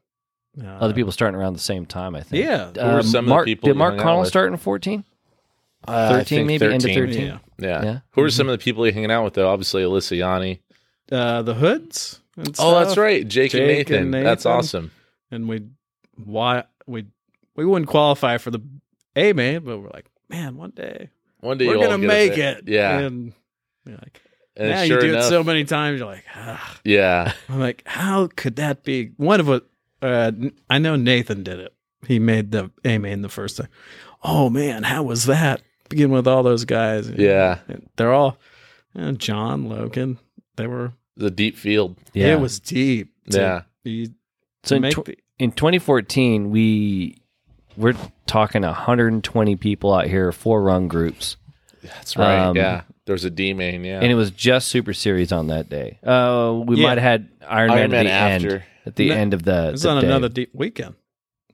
Uh, Other people starting around the same time, I think. Uh, Yeah. Who were some of the Mark, people did you Mark hung out Connell with? start in 14? Uh, I 13 think maybe? End of 13? Yeah. Yeah. Yeah. Who are some of the people you're hanging out with though? Obviously Alyssa Yanni. Uh, the hoods. and Oh, that's stuff. right. Jake, and, Jake Nathan. and That's Nathan. awesome. And we, why we, we wouldn't qualify for the A main, but we're like, man, one day One day we're you'll all gonna get a make bit- it. Yeah. And you're like, and now sure you do enough, it so many times, you're like, ah. yeah, I'm like, how could that be? One of us, uh, N- I know Nathan did it. He made the A main the first time. Oh man, how was that? Begin with all those guys. Yeah. And they're all you know, John Logan. They were. the deep field. It was deep. to- Yeah. you- to so in make tw- the- in 2014 we we're talking 120 people out here four run groups That's right. Um, yeah. There's a D main. Yeah. and it was just super series on that day uh we Yeah. might have had iron, man, Iron Man at the after. end at the No, end of the, it was the on day. another deep weekend.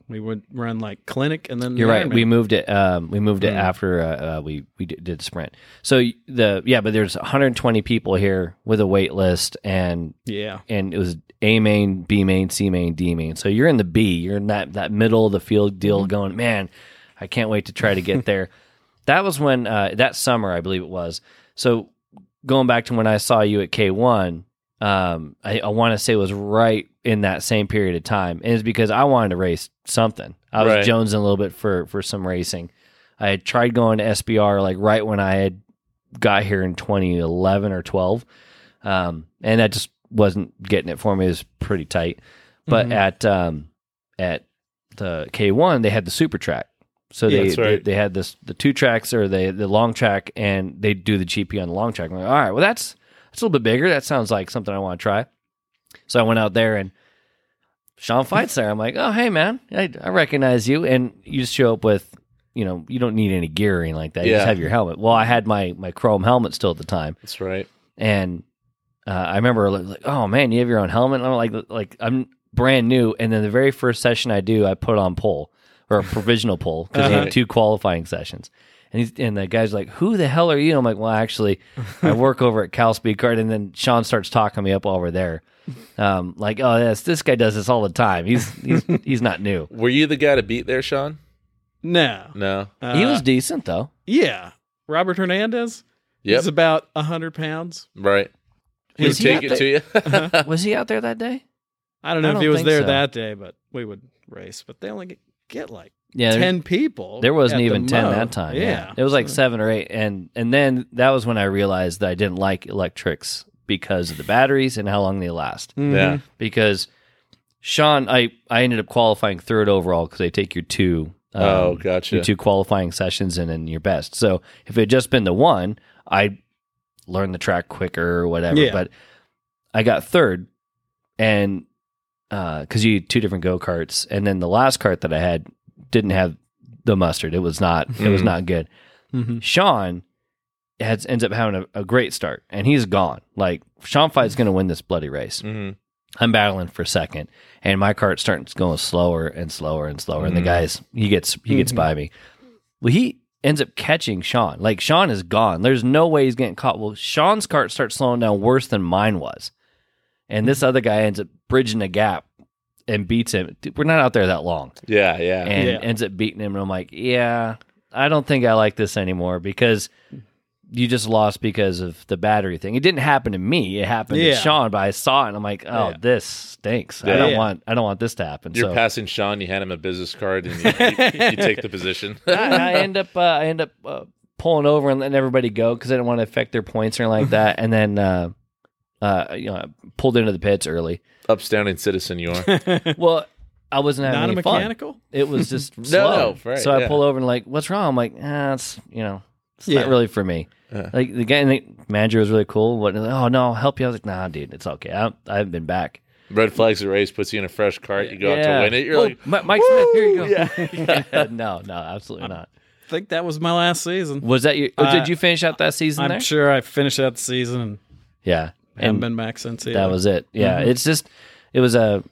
We would run like clinic and then you're the right Ironman. we moved it um we moved it Mm. after uh, uh we we did, did sprint so y- the yeah but there's 120 people here with a wait list and yeah. and it was A main, B main, C main, D main. So you're in the B. You're in that that middle of the field deal, going, man, I can't wait to try to get there. that was when uh, that summer, I believe it was. So going back to when I saw you at K1, um, I, I want to say it was right in that same period of time. And it's because I wanted to race something. I was Right. jonesing a little bit for, for some racing. I had tried going to SBR like right when I had got here in 2011 or 12. Um, and that just wasn't getting it for me. It was pretty tight. But Mm-hmm. Mhm. at, um, at the K1, they had the super track. So Yeah, they, that's right. they they had this the two tracks or they the long track and they do the GP on the long track. I'm like, all right, well that's that's a little bit bigger. That sounds like something I want to try. So I went out there and Sean fights there. I'm like, oh hey man, I, I recognize you. And you just show up with, you know, you don't need any gear or anything like that. You just Yeah. have your helmet. Well, I had my my chrome helmet still at the time That's right. and uh, I remember li- like, oh man, you have your own helmet. And I'm like, like I'm brand new, and then the very first session I do, I put on pole or a provisional pole because Uh-huh. had two qualifying sessions. And, he's, and the guy's like, "Who the hell are you?" I'm like, "Well, actually, I work over at Cal Speed Card." And then Sean starts talking me up over there, um, like, "Oh, yes, this guy does this all the time. He's he's, he's not new. Were you the guy to beat there, Sean? No. No. he Uh, was decent though. Yeah. Robert Hernandez Yep. is about 100 pounds. right. He would Was he take at it the- to you. Was he out there that day? I don't know I if he don't was think there so. that day, but we would race. But they only get, get like Yeah, there's- 10 people. There wasn't at the even ten mo. that time. Yeah. it was like So- seven or eight, and and then that was when I realized that I didn't like electrics because of the batteries and how long they last. Mm-hmm. Yeah. Mm-hmm. Because Sean, I I ended up qualifying third overall because they take your two um, oh, your gotcha. two qualifying sessions and then your best. So if it had just been the one, I learned the track quicker or whatever. Yeah. But I got third, and because you had two different go karts, and then the last cart that I had didn't have the mustard. It was not. It was Mhm. not good. Mhm. Sean has ends up having a, a great start, and he's gone. Like Sean Fight's going to win this bloody race. Mhm. I'm battling for second, and my cart starts going slower and slower and slower. And the Mhm. guys, he gets he gets Mhm. by me. Well, he ends up catching Sean. Like Sean is gone. There's no way he's getting caught. Well, Sean's cart starts slowing down worse than mine was, and this other guy ends up bridging the gap and beats him. Dude, We're not out there that long, Yeah, yeah. and Yeah. ends up beating him. And I'm like, yeah, I don't think I like this anymore because. You just lost because of the battery thing. It didn't happen to me. It happened Yeah. to Sean, but I saw it and I'm like, oh, Yeah. this stinks. I Yeah. don't Yeah. want I don't want this to happen. You're so passing Sean. You hand him a business card, and you, you, you take the position. I, I end up uh, I end up uh, pulling over and letting everybody go because I didn't want to affect their points or anything like that. And then uh, uh, you know, I pulled into the pits early. Upstanding citizen, you are. Well, I wasn't having Not a any fun. mechanical? It was just no, slow. right, so I yeah. pull over and like, what's wrong? I'm like, ah, it's you know, it's Yeah. not really for me. Yeah. Like the guy, the manager was really cool. What? Oh no, I'll help you. I was like, nah, dude, it's okay. I, I haven't been back. Red flags are raised. Puts you in a fresh cart. You go out to win it. You're Oh, like, Mi- Mike Smith. Here you go. "Woo!" Yeah. Yeah, no, no, absolutely not. I think that was my last season. Was that your? oh, Uh, did you finish out that season I'm there? sure I finished out the season and yeah, haven't and been back since either. that was it. Yeah, Mhm. it's just it was a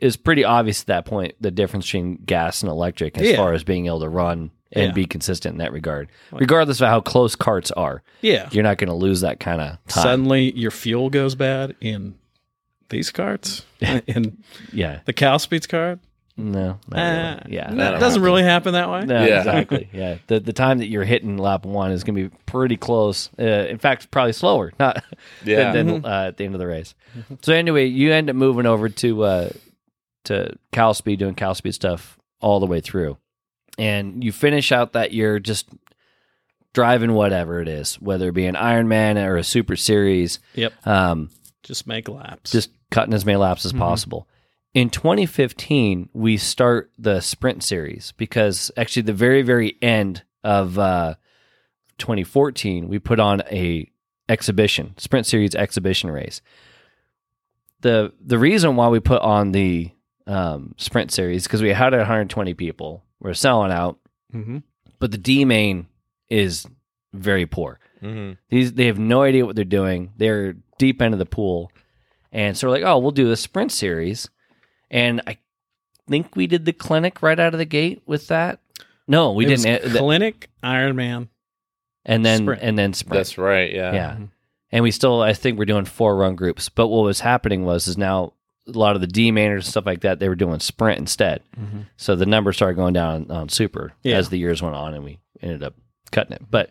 it was pretty obvious at that point the difference between gas and electric as Yeah. far as being able to run and Yeah. be consistent in that regard. Regardless of how close carts are, Yeah. you're not going to lose that kind of time. Suddenly your fuel goes bad in these carts, in yeah, the cow speeds card. no, not Uh, really. yeah, no. no, That doesn't really happen that way. no, Yeah. exactly. Yeah, the the time that you're hitting lap one is going to be pretty close. Uh, in fact, probably slower. Not yeah, than, than, uh, at the end of the race. So anyway, you end up moving over to uh, to Cal Speed doing Cal Speed stuff all the way through, and you finish out that year just driving whatever it is, whether it be an Ironman or a Super Series, Yep. um, Just make laps. just cutting as many laps as possible. In 2015, we start the sprint series because actually the very very end of uh, 2014, we put on a exhibition sprint series exhibition race. the The reason why we put on the um, sprint series because we had 120 people, we're selling out, hmm but the D main is very poor. Mhm. These they have no idea what they're doing. They're deep into the pool, and so we're like, oh, we'll do the sprint series, and I think we did the clinic right out of the gate with that. No, we It was didn't. Uh, the- clinic Iron Man. and then sprint. Mm-hmm. and then sprint. that's right. Yeah, yeah, and we still I think we're doing four run groups. But what was happening was is now a lot of the D maners and stuff like that they were doing sprint instead. So the numbers started going down on, on super Yeah. as the years went on, and we ended up cutting it. But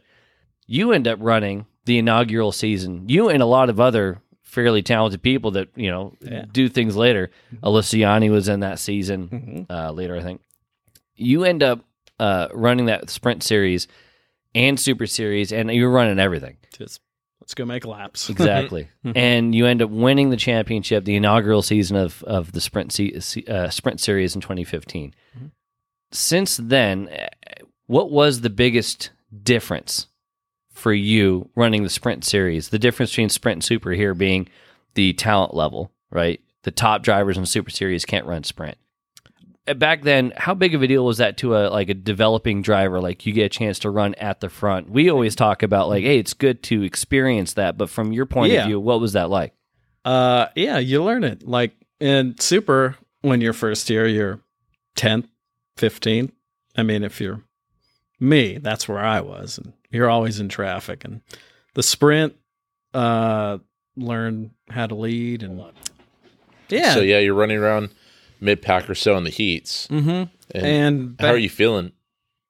you end up running the inaugural season. You and a lot of other fairly talented people that you know Yeah. do things later. Aliciani was in that season Mhm. uh, later, I think. You end up uh, running that sprint series and super series, and you're running everything Just, let's go make laps. exactly, Mhm. and you end up winning the championship, the inaugural season of of the sprint se- se- uh, sprint series in 2015. Mhm. Since then, eh, what was the biggest difference for you running the sprint series? The difference between sprint and super here being the talent level, right? The top drivers in super series can't run sprint. Eh, Back then, how big of a deal was that to a like a developing driver? Like you get a chance to run at the front. We always talk about like, hey, it's good to experience that. But from your point Yeah. of view, what was that like? Uh, yeah, you learn it. Like in super, when you're first year, you're 10th, 15th. I mean, if you're me, that's where I was. And you're always in traffic. And the sprint, uh, learn how to lead and yeah. So yeah, you're running around mid pack or so in the heats. Mm-hmm. And, Um, And how are you feeling?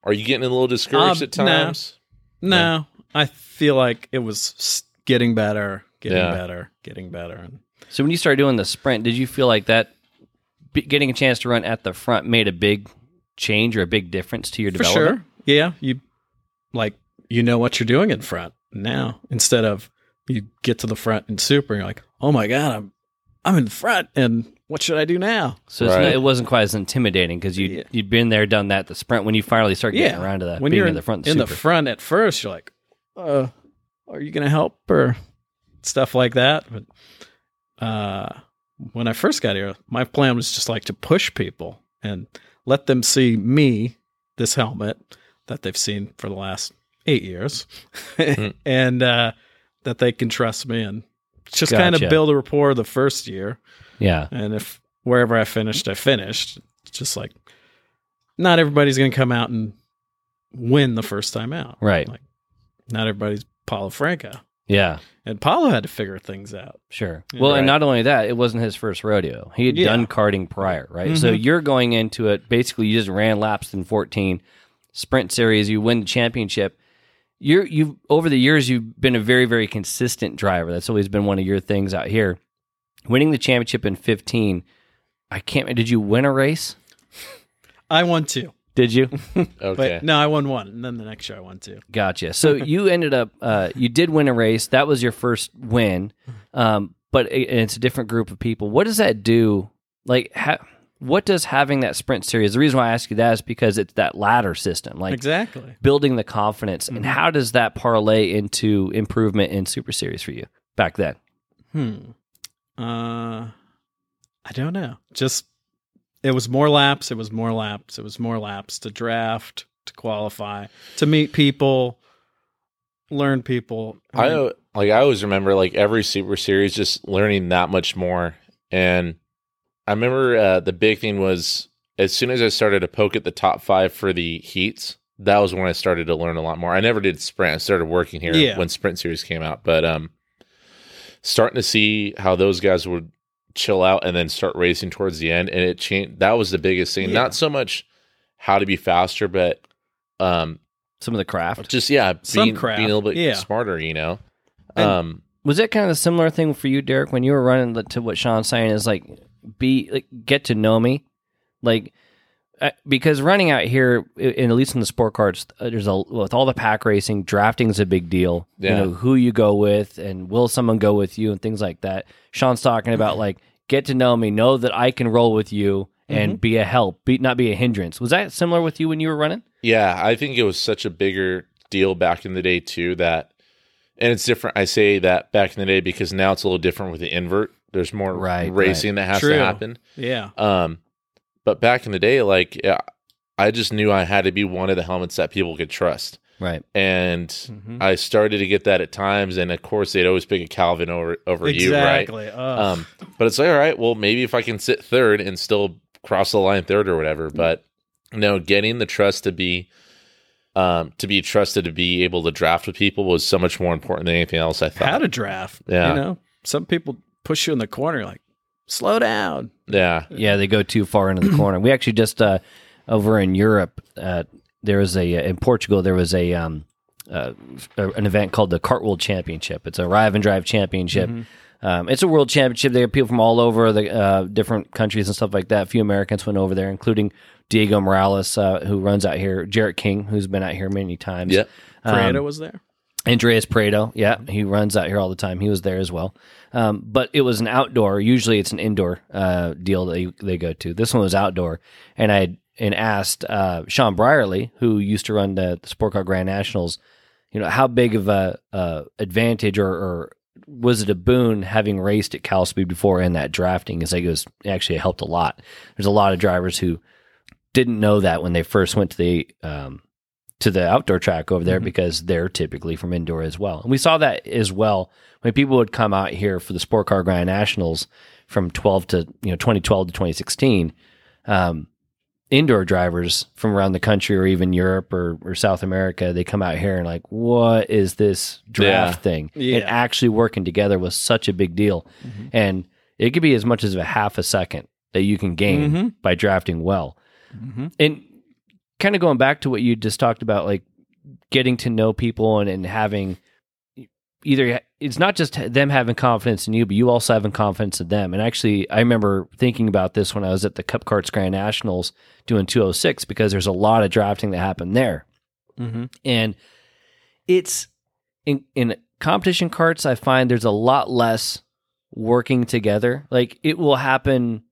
Are you getting a little discouraged Uh, at times? No, I feel like it was s- getting better, getting Yeah. better, getting better. And So when you started doing the sprint, did you feel like that b- getting a chance to run at the front made a big change or a big difference to your for development? sure, yeah, you like you know what you're doing in front now instead of you get to the front in super and you're like, oh my god, I'm I'm in front, and what should I do now? So it's Right. not, it wasn't quite as intimidating because you Yeah. you'd been there, done that. The sprint when you finally start getting Yeah. around to that, when being you're in the front, in the super. front at first, you're like, uh, are you gonna help or stuff like that? But uh, when I first got here, my plan was just like to push people and let them see me, this helmet that they've seen for the last eight years, Hmm. and uh, that they can trust me and just kind Gotcha. of build a rapport the first year. yeah, And if wherever I finished, I finished. It's just like not everybody's going to come out and win the first time out. Right. Like not everybody's Paulo Franco. yeah, And Paulo had to figure things out. sure. Yeah. Well, Right. and not only that, it wasn't his first rodeo. He had Yeah. done karting prior, right? So Mhm. you're going into it basically you just ran laps in 14 sprint series, you win the championship. You're you've over the years you've been a very very consistent driver. That's always been one of your things out here. Winning the championship in 15. I can't. Did you win a race? I won two, Did you? but Okay. no, I won one. And then the next year I won two. Gotcha. So you ended up, uh, you did win a race. That was your first win, um, but it, and it's a different group of people. What does that do? Like, ha- what does having that sprint series? The reason why I ask you that is because it's that ladder system, like Exactly. building the confidence. And how does that parlay into improvement in Super Series for you back then? Hmm. Uh, I don't know. Just it was more laps. It was more laps. It was more laps to draft, to qualify, to meet people, learn people. I mean, like I always remember like every Super Series just learning that much more. And I remember uh, the big thing was as soon as I started to poke at the top five for the heats, that was when I started to learn a lot more. I never did sprint. I started working here Yeah. when Sprint Series came out, but um, starting to see how those guys would chill out and then start racing towards the end, and it changed. That was the biggest thing. Yeah. Not so much how to be faster, but um, Some of the craft just yeah, Some being, crap, being a little bit yeah. smarter, you know. And- um, was it kind of a similar thing for you, Derek, when you were running the- to what Sean's saying is like be like get to know me, like uh, because running out here, i- in, at least in the sport cards, uh, there's a with all the pack racing, drafting's a big deal. Yeah. You know who you go with and will someone go with you and things like that. Sean's talking about like get to know me, know that I can roll with you and be a help, be not be a hindrance. Was that similar with you when you were running? yeah, I think it was such a bigger deal back in the day too that, and it's different. I say that back in the day because now it's a little different with the invert. There's more Right, right. racing that has True. to happen. yeah. Um, but back in the day, like yeah, I just knew I had to be one of the helmets that people could trust, Right. and Mm-hmm. I started to get that at times. And of course, they'd always pick a Calvin over over you, right? exactly. Ugh. Um, but it's like, all right, well, maybe if I can sit third and still cross the line third or whatever. But no, getting the trust to be, um, to be trusted to be able to draft with people was so much more important than anything else. I thought. how to draft. Yeah. You know, some people push you in the corner, you're like, slow down. yeah, Yeah, they go too far into the corner. We uh, actually just uh, over in Europe, uh, there was a in Portugal there was a um, uh, an event called the Cartwheel Championship. It's a Rive and Drive Championship. Um, it's a world championship. They have people from all over the uh, different countries and stuff like that. A few Americans went over there, including Diego Morales, uh, who runs out here, Jarrett King, who's been out here many times. Yeah. Prieto Um, was there. Andreas Prado, yeah, he runs out here all the time. He was there as well, um, but it was an outdoor. Usually, it's an indoor uh, deal that you, they go to. This one was outdoor, and I had- and asked uh, Sean Brierly, who used to run the, the Sport Car Grand Nationals, you know, how big of a, uh advantage or, or was it a boon having raced at Cal Speed before in that drafting? Is like it was actually it helped a lot. There's a lot of drivers who didn't know that when they first went to the um, to the outdoor track over there Mhm. because they're typically from indoor as well. And we saw that as well when people would come out here for the Sport Car Grand Nationals from 12 to you know 2012 to 2016. Um, indoor drivers from around the country or even Europe or, or South America, they come out here and like, what is this draft thing? Yeah. And actually working together was such a big deal. And it could be as much as a half a second that you can gain Mhm. by drafting well. Mm-hmm. And kind of going back to what you just talked about, like getting to know people and, and having e, either it's not just them having confidence in you, but you also having confidence in them. And actually, I remember thinking about this when I was at the Cup Carts Grand Nationals doing 206 because there's a lot of drafting that happened there Mm-hmm. and it's in in competition carts i find there's a lot less working together like it will happen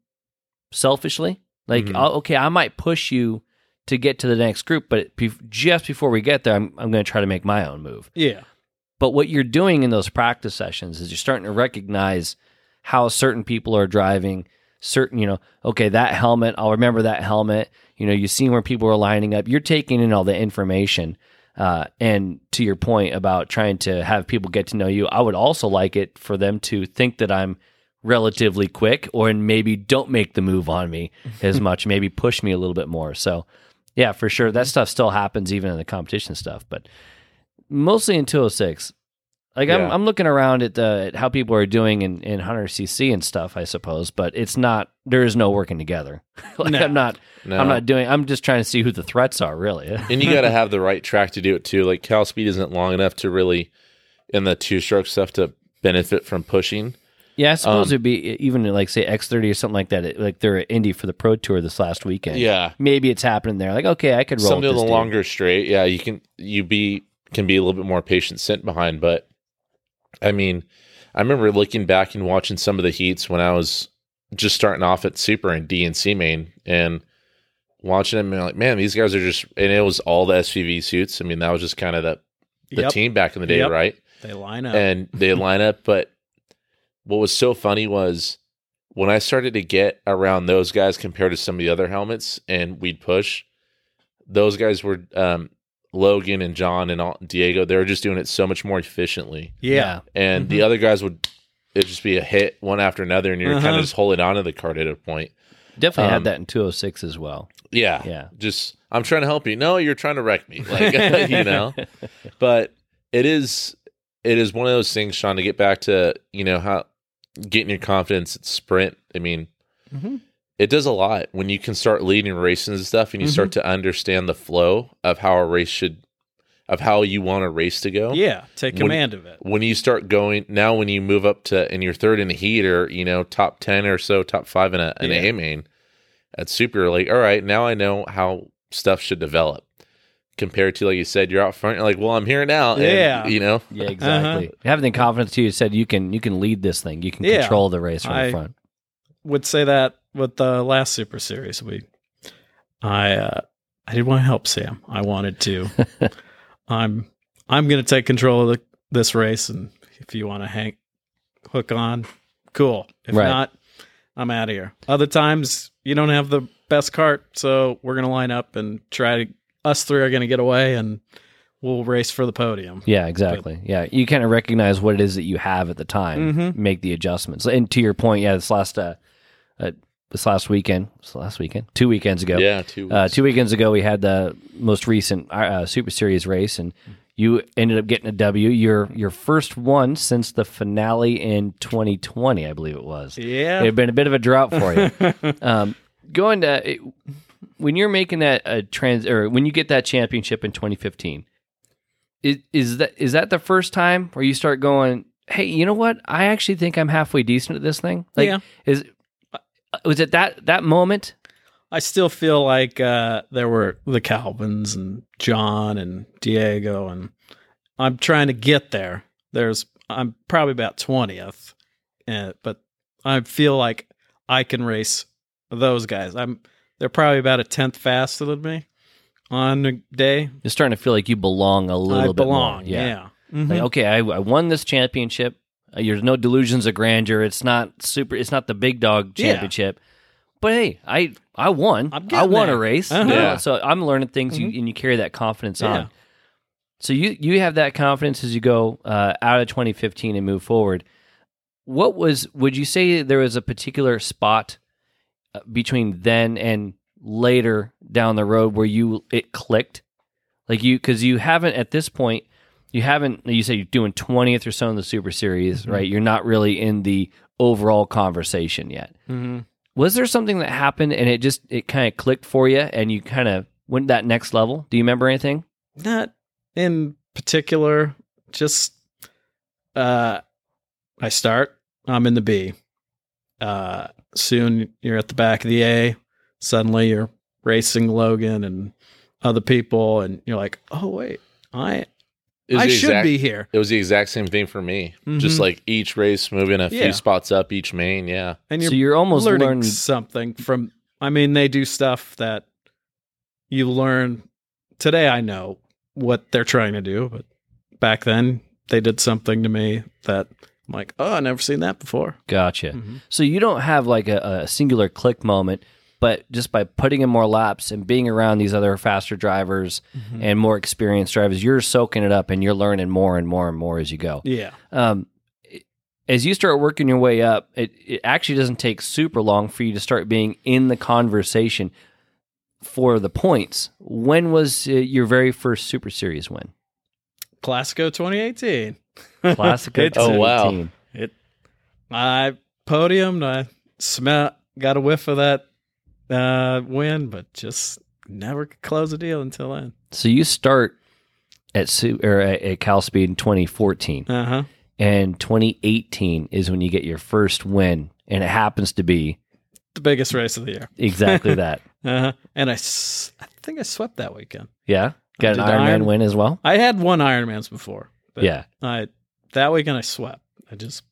selfishly like Mhm. I'll, okay i might push you to get to the next group but be- just before we get there i'm, I'm going to try to make my own move Yeah. but what you're doing in those practice sessions is you're starting to recognize how certain people are driving certain you know okay that helmet i'll remember that helmet you know you see where people are lining up you're taking in all the information uh, and to your point about trying to have people get to know you i would also like it for them to think that i'm relatively quick or maybe don't make the move on me as much maybe push me a little bit more so yeah for sure Mm-hmm. that stuff still happens even in the competition stuff but mostly in 206 like I'm, Yeah. I'm looking around at the at how people are doing in, in hunter cc and stuff i suppose but it's not there is no working together like No. i'm not No. i'm not doing i'm just trying to see who the threats are really and you got to have the right track to do it too. Like Cal Speed isn't long enough to really, in the two stroke stuff, to benefit from pushing. yeah i suppose Um, it'd be e, even like say x30 or something like that it- like they're at indy for the pro tour this last weekend Yeah, maybe it's happening there like okay i could roll something with a this little dude. longer straight. Yeah, you can you be can be a little bit more patient sent behind, but I mean, I remember looking back and watching some of the heats when I was just starting off at Super and DNC Main and watching them and like, man, these guys are just and it was all the SUV suits. I mean, that was just kind of the the Yep. team back in the day, Yep. right? They line up. and they line up. But what was so funny was when I started to get around those guys compared to some of the other helmets, and we'd push. Those guys were um, Logan and John and all, Diego. They were just doing it so much more efficiently, yeah. and the other guys would it'd just be a hit one after another, and you're kind Uh-huh. of just holding on to the card at a point. definitely Um, had that in 206 as well Yeah, yeah just I'm trying to help you. No, you're trying to wreck me. Like you know. But it is it is one of those things, Sean, to get back to, you know, how getting your confidence at sprint. I mean, Mhm. it does a lot when you can start leading races and stuff and you start to understand the flow of how a race should of how you want a race to go Yeah. Take When- command of it. when you start going now when you move up to and you're third in the heat or you know top 10 or so top five in a, in Yeah. a main at super like all right now i know how stuff should develop compared to like you said you're out front you're like well i'm here now and, Yeah. you know yeah Uh-huh. exactly having the confidence too you said you can you can lead this thing you can Yeah. control the race from I- the front Would say that with the last Super Series we, I, uh, I did want to help Sam. I wanted to. I'm, I'm gonna take control of the, this race, and if you want to hang, hook on, cool. If Right. not, I'm out of here. Other times you don't have the best cart, so we're gonna line up and try to. Us three are gonna get away, and we'll race for the podium. Yeah, exactly. yeah, you kind of recognize what it is that you have at the time, Mhm. make the adjustments. And to your point, yeah, this last uh, uh this last weekend, this last weekend, two weekends ago, yeah too uh, two weekends ago, we had the most recent uh, uh, Super Series race, and you ended up getting a W. Your your first one since the finale in 2020, I believe it was. Yeah. It had been a bit of a drought for you. um, going to it, when you're making that a trans or when you get that championship in 2015, is, is that is that the first time where you start going, hey, you know what? I actually think I'm halfway decent at this thing. Like, yeah. is was it that that moment? I still feel like uh, there were the Calvins and John and Diego, and I'm trying to get there. There's I'm probably about twentieth, eh, but I feel like I can race those guys. I'm they're probably about a tenth faster than me on a day. You're starting to feel like you belong a little I bit. more. belong. yeah. Mhm. Like, okay, I, I won this championship. Uh, there's no delusions of grandeur. It's not super. It's not the big dog Yeah. championship. But hey, I I won. I'm I getting won a there. race. Uh-huh. Mm-hmm. Yeah. So I'm learning things, you, and you carry that confidence Yeah. on. So you you have that confidence as you go uh, out of 2015 and move forward. What was would you say there was a particular spot uh, between then and later down the road where you it clicked? Like you because you haven't at this point you haven't you say you're doing 20th or so in the Super Series, Mm-hmm. right? You're not really in the overall conversation yet Mhm. was there something that happened and it just it kind of clicked for you and you kind of went that next level do you remember anything not in particular just uh i start i'm in the b uh soon you're at the back of the a suddenly you're racing logan and other people and you're like oh wait i It was i the should exact- be here It was the exact same thing for me. Just Mhm. like each race moving a Yeah. few spots up each main. Yeah. and you're, so you're almost learning learning something from i mean they do stuff that you learn today i know what they're trying to do but back then they did something to me that i'm like oh i never seen that before gotcha Mhm. so you don't have like a, a singular click moment but just by putting in more laps and being around these other faster drivers Mm-hmm. and more experienced drivers you're soaking it up and you're learning more and more and more as you go yeah um, it- as you start working your way up, it, it actually doesn't take super long for you to start being in the conversation for the points. When was uh, your very first Super Series win? classico 2018 Classico. It's- Oh, wow. 2018. i podiumed i smell got a whiff of that uh win but just never could close a deal until then So you start at Su- or at, at Cal Speed in 2014, uh-huh and 2018 is when you get your first win, and it happens to be the biggest race of the year exactly that. uh-huh and i s- i think i swept that weekend Yeah, got an Did Ironman Iron- win as well. I had one Ironmans before. But yeah, I that weekend I swept. I just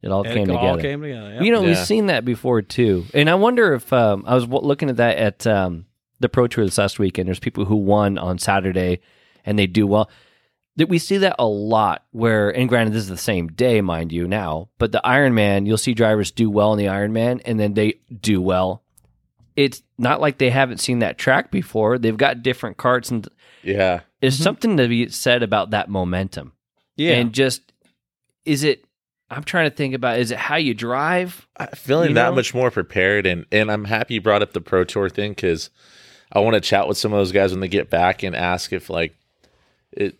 it all it came all together. came together. Yep. You know, we've Yeah. seen that before too. And I wonder if um, I was w- looking at that at um, the Pro Tour this last week, and there's people who won on Saturday and they do well. That we see that a lot. Where and granted, this is the same day, mind you, now. But the Ironman, you'll see drivers do well in the Ironman, and then they do well. It's not like they haven't seen that track before. They've got different carts, and Yeah. there's Mhm. something to be said about that momentum yeah. and just is it i'm trying to think about is it how you drive I'm feeling You that know? much more prepared, and and I'm happy you brought up the pro tour thing because I want to chat with some of those guys when they get back and ask if like it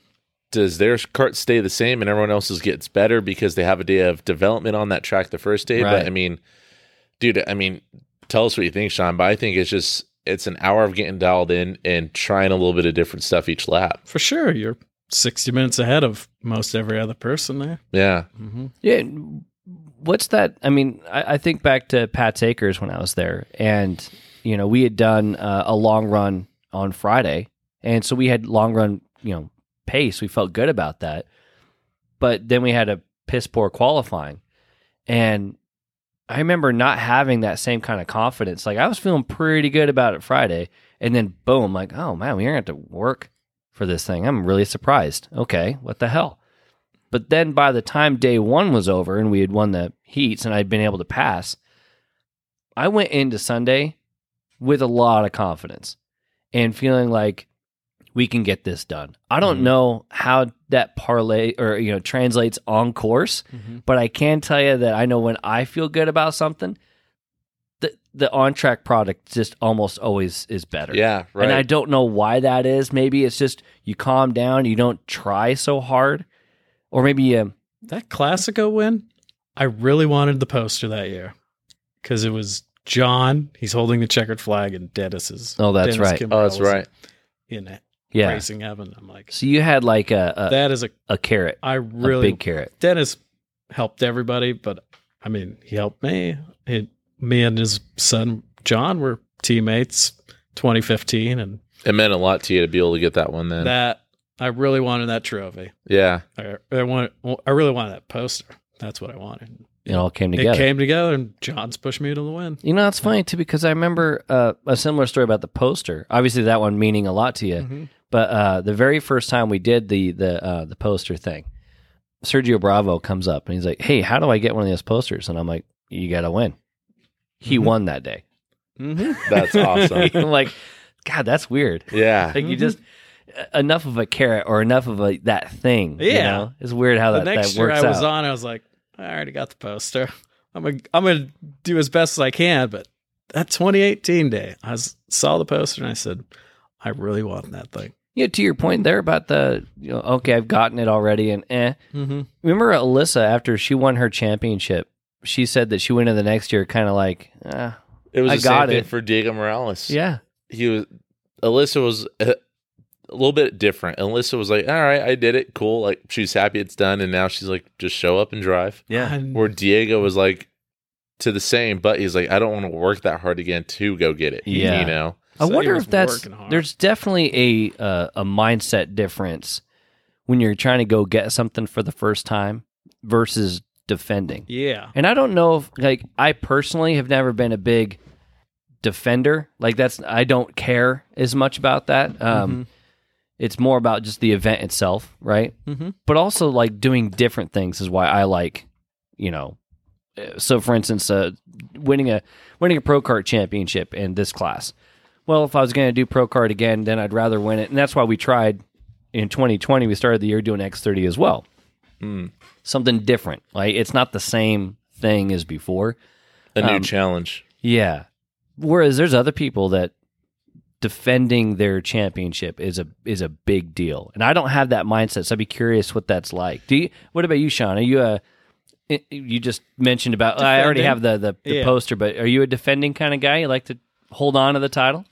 does their cart stay the same and everyone else's gets better because they have a day of development on that track the first day. Right. But I mean, dude, I mean, tell us what you think, Sean. But I think it's just it's an hour of getting dialed in and trying a little bit of different stuff each lap. For sure, you're sixty minutes ahead of most every other person there. Yeah, Mm-hmm. yeah and what's that i mean i, I think back to pat's acres when i was there and you know we had done uh, a long run on friday and so we had long run you know pace we felt good about that but then we had a piss poor qualifying and i remember not having that same kind of confidence like i was feeling pretty good about it friday and then boom like oh man we aren't going to work for this thing i'm really surprised okay what the hell but then by the time day one was over and we had won the heats and I'd been able to pass, I went into Sunday with a lot of confidence and feeling like we can get this done. I don't Mhm. know how that parlay or you know translates on course, but I can tell you that I know when I feel good about something, the the on track product just almost always is better. yeah, right. And I don't know why that is. Maybe it's just you calm down, you don't try so hard, or maybe um, That Classico win, I really wanted the poster that year because it was John. He's holding the checkered flag, and Dennis's. Oh, that's Dennis right. Kimbrell oh, that's was right. In it, Yeah. racing heaven. I'm like, So you had like a that is a a, a carrot, I a really big carrot. Dennis helped everybody, but I mean, he helped me. He, me and his son John were teammates 2015, and It meant a lot to you to be able to get that one then. that I really wanted that trophy. yeah. I, I want, I really wanted that poster. That's what I wanted. It all came together. It came together, and John's pushed me to the win. You know, it's funny too because I remember uh, a similar story about the poster. Obviously, that one meaning a lot to you. Mhm. But uh, the very first time we did the the uh, the poster thing, Sergio Bravo comes up and he's like, "Hey, how do I get one of those posters?" And I'm like, "You got to win." He Mhm. won that day. Mm-hmm. That's awesome. I'm like, God, that's weird. Yeah. Like you Mhm. just uh, enough of a carrot or enough of a that thing. you Yeah. know? it's weird how The that next that year works I was out. on, I was like, I already got the poster. I'm gonna, I'm gonna do as best as I can. But that 2018 day, I s- saw the poster and I said, I really want that thing. You know, to your point there about the you know, okay, I've gotten it already, and eh. Mm-hmm. remember Alyssa after she won her championship, she said that she went into the next year kind of like, uh, It was I the same got thing it. for Diego Morales. yeah, He was Alyssa was a, a little bit different. Alyssa was like, "All right, I did it. Cool." Like she's happy it's done and now she's like, "Just show up and drive." Mm-hmm. Where Diego was like to the same, but he's like, "I don't want to work that hard again to go get it." Yeah. You know. I wonder if that's there's definitely a uh, a mindset difference when you're trying to go get something for the first time versus defending. yeah. And I don't know if like I personally have never been a big defender. Like that's I don't care as much about that. Um, It's more about just the event itself, right? Mhm. But also like doing different things is why I like, you know. uh, So for instance, uh, winning a winning a pro kart championship in this class. Well, if I was going to do pro kart again, then I'd rather win it, and that's why we tried in 2020. We started the year doing X30 as well, Mm. something different. Like it's not the same thing as before. A new Um, challenge. Yeah. Whereas there's other people that defending their championship is a is a big deal, and I don't have that mindset. So I'd be curious what that's like. Do you? What about you, Sean? Are you a eh, you just mentioned about I already have the the, the Yeah. poster, but are you a defending kind of guy? You like to hold on to the title?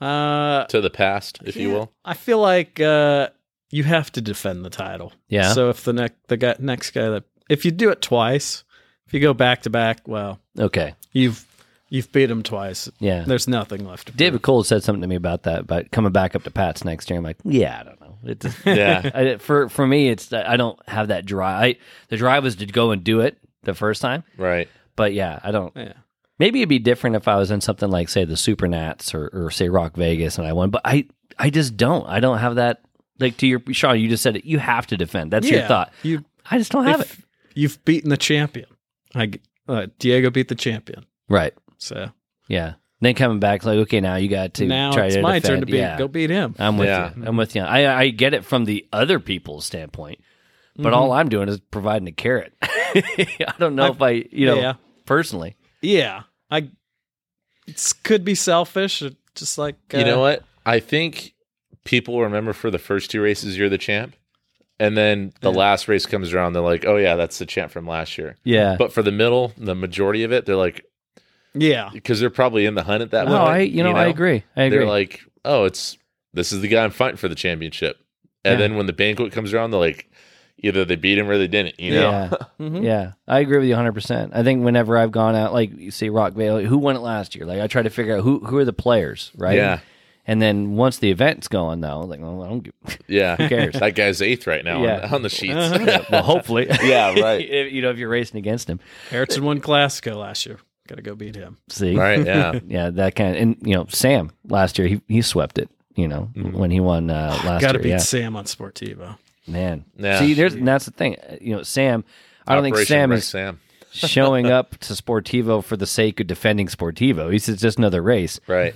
Uh, to the past, if you yeah, will. I feel like uh, you have to defend the title. Yeah. So if the next the guy, next guy that if you do it twice, if you go back to back, well, Okay, you've you've beat him twice. yeah. There's nothing left. To David Cole said something to me about that, about coming back up to Pat's next year. I'm like, yeah, I don't know. It just, Yeah. I, for for me, it's that I don't have that drive. I, the drive was to go and do it the first time, right. but yeah, I don't. prove. Yeah. Maybe it'd be different if I was in something like say the Supernats or or say Rock Vegas and I won, but I I just don't. I don't have that. Like to your Sean, you just said it. You have to defend. That's your Yeah, thought. You I just don't have it. if you've beaten the champion. I g- uh, Diego beat the champion. Right. So Yeah. Then coming back, it's like okay, now you got to now try it's to my turn defend. to beat. Yeah. Go beat him. I'm with Yeah. you. I'm with you. I I get it from the other people's standpoint, but all I'm doing is providing a carrot. I don't know Mm-hmm. I- if I, you know, yeah. personally. Yeah. I it's, could be selfish. or Just like uh, you know what? I think people remember for the first two races you're the champ. And then the Yeah. last race comes around, they're like, Oh yeah, that's the champ from last year. Yeah. But for the middle, the majority of it, they're like Yeah. because they're probably in the hunt at that no, moment. I, you know, I agree. I agree. They're like, Oh, it's this is the guy I'm fighting for the championship. And Yeah. then when the banquet comes around, they're like either they beat him or they didn't, you know? Yeah. Mhm. Yeah, I agree with you 100%. I think whenever I've gone out, like you say, Rock Valley, who won it last year? Like I try to figure out who who are the players, right? Yeah. And then once the event's going, though, like well, I don't give. Yeah. Who cares? that guy's eighth right now Yeah. on, on the sheets. well, hopefully, Yeah, right. If- you know, if you're racing against him, Ayrton won Classico last year. Got to go beat him. see, right, yeah. yeah, that kind. Of, and you know, Sam last year he he swept it. You know, Mm-hmm. when he won uh, last Got to year, beat yeah, Oh, Sam on Sportivo. man. Yeah. See, there's and that's the thing. uh, You know, Sam. I don't think Operation Sam Wreck is Sam. showing up to Sportivo for the sake of defending Sportivo. He's it's just another race. Right.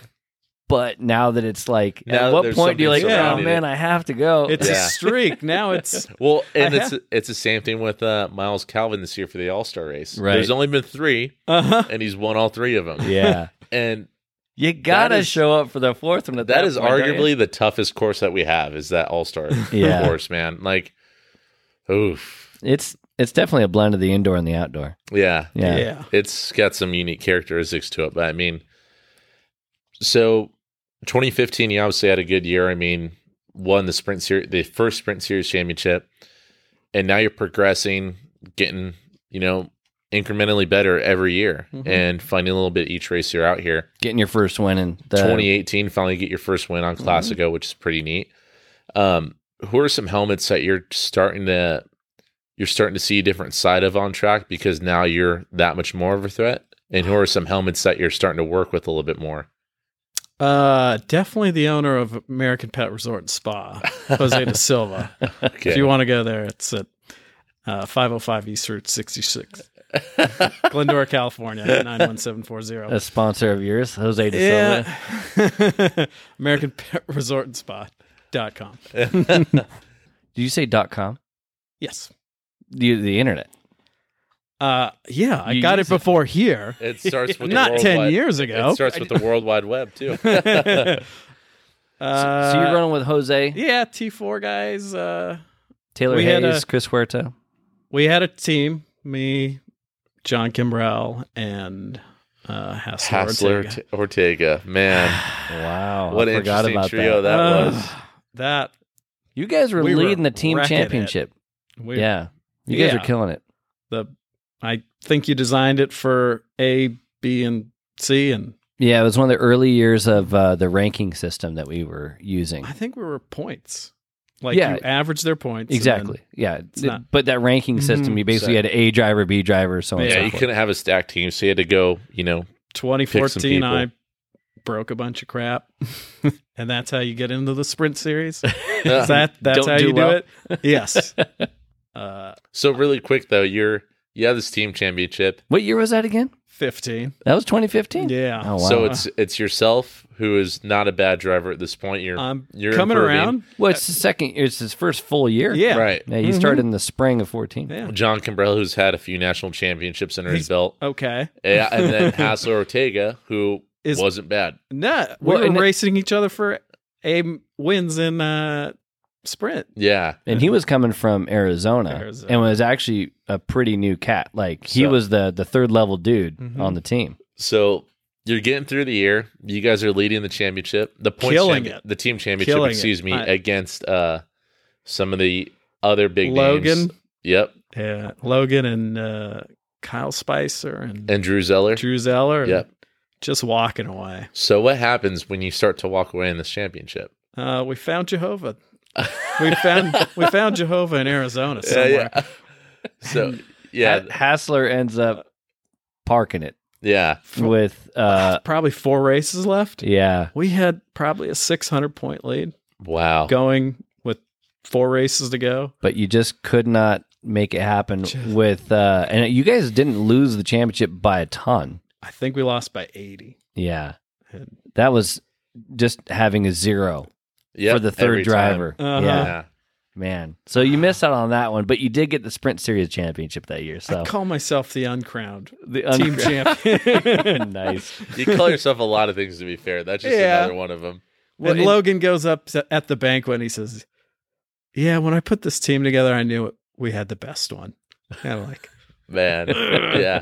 but now that it's like Now at that what there's point do you like something oh surrounding man it." i have to go It's Yeah. a streak. Now it's Well, and I it's it's the same thing with uh, Miles Calvin this year for the All Star race. Right. There's only been three, uh-huh. and he's won all three of them. yeah And you gotta is- show up for the fourth one at that that is point, don't you? arguably the toughest course that we have is that All Star Yeah. course, man. Like, oof, it's it's definitely a blend of the indoor and the outdoor yeah. yeah yeah, It's got some unique characteristics to it, but I mean, so 2015, you obviously had a good year. I mean, won the sprint series, the first sprint series championship, and now you're progressing, getting you know incrementally better every year, Mhm. and finding a little bit each race you're out here. Getting your first win in the 2018, finally get your first win on Classico, which is pretty neat. Um, who are some helmets that you're starting to you're starting to see a different side of on track because now you're that much more of a threat? And who are some helmets that you're starting to work with a little bit more? Uh, definitely the owner of American Pet Resort and Spa, Jose da Silva. If you want to go there, it's at uh, 505 East Route 66, Glendora, California, 91740. a sponsor of yours, Jose De Silva. Yeah. American Pet Resort and Spa. Dot com. Did you say dot com? Yes. The, the internet. Uh, yeah, I You got use it it. before here. It starts with the Not World 10 Wide- years ago. It starts with the World Wide Web too. So, so you're running with Jose, Uh, Yeah, T4 guys. Uh, Taylor we Hayes, had a- Chris Huerta. we had a team, me, John Kimbrell, and uh, Hassler. Hassler Ortega. T- Ortega, Oh, man, Wow. what I an forgot interesting about trio that. that, Uh, was. That You guys were We were leading the team wrecking it. championship. we, Yeah. You guys Yeah. are killing it. The I think you designed it for A, B, and C, and Yeah, it was one of the early years of uh, the ranking system that we were using. I think we were points. Like Yeah. you average their points. and Exactly. Yeah. Th- not- but that ranking system, Mhm. you basically So- had A driver, B driver, so on Yeah, Yeah, and you so forth. couldn't have a stacked team, so you had to go. You know, then Pick 2014, some I broke a bunch of crap, and that's how you get into the sprint series. Is that that's Don't how do you well. do it? Yes. uh, So really quick though, you're you have this team championship. What year was that again? 15. That was 2015? Yeah. Oh, wow. So it's it's yourself who is not a bad driver at this point. You're I'm you're coming improving. around. well, it's his second, it's his first full year. Yeah. right. Yeah, you Mhm. started in the spring of 14. Yeah. John Cambrell, who's had a few national championships under his He's- belt, Okay. yeah, and then Hassler Ortega, who Is- wasn't bad. No, Well, we were and it- racing each other for aim wins in uh, sprint. Yeah, And he was coming from Arizona, Arizona. and was actually a pretty new cat. Like he So- was the the third level dude Mhm. on the team. So you're getting through the year. You guys are leading the championship, the points, Killing champi- it. the team championship. Killing it. excuse me, I- against uh, some of the other big Logan, names. Yep, yeah, Logan and uh, Kyle Spicer and, and Drew Zeller. Drew Zeller. and Yep. Just walking away. So what happens when you start to walk away in this championship? Uh, we found Jehovah. We found we found Jehovah in Arizona Yeah, somewhere. yeah. So yeah, Ha- Hassler ends up parking it yeah. with uh, probably four races left. yeah, We had probably a 600 point lead Wow. going with four races to go. but you just could not make it happen Just- with uh, and you guys didn't lose the championship by a ton. I think we lost by 80. Yeah, And- that was just having a zero Yep, for the third every time. driver. Uh-huh. Yeah, Yeah. man. So you missed out on that one, but you did get the Sprint Series championship that year. So I call myself the uncrowned the team champion. nice. You call yourself a lot of things to be fair. That's just Yeah. another one of them. when it- Logan goes up to, at the banquet and he says, Yeah, when I put this team together, I knew it, we had the best one. And I'm like, Man. yeah.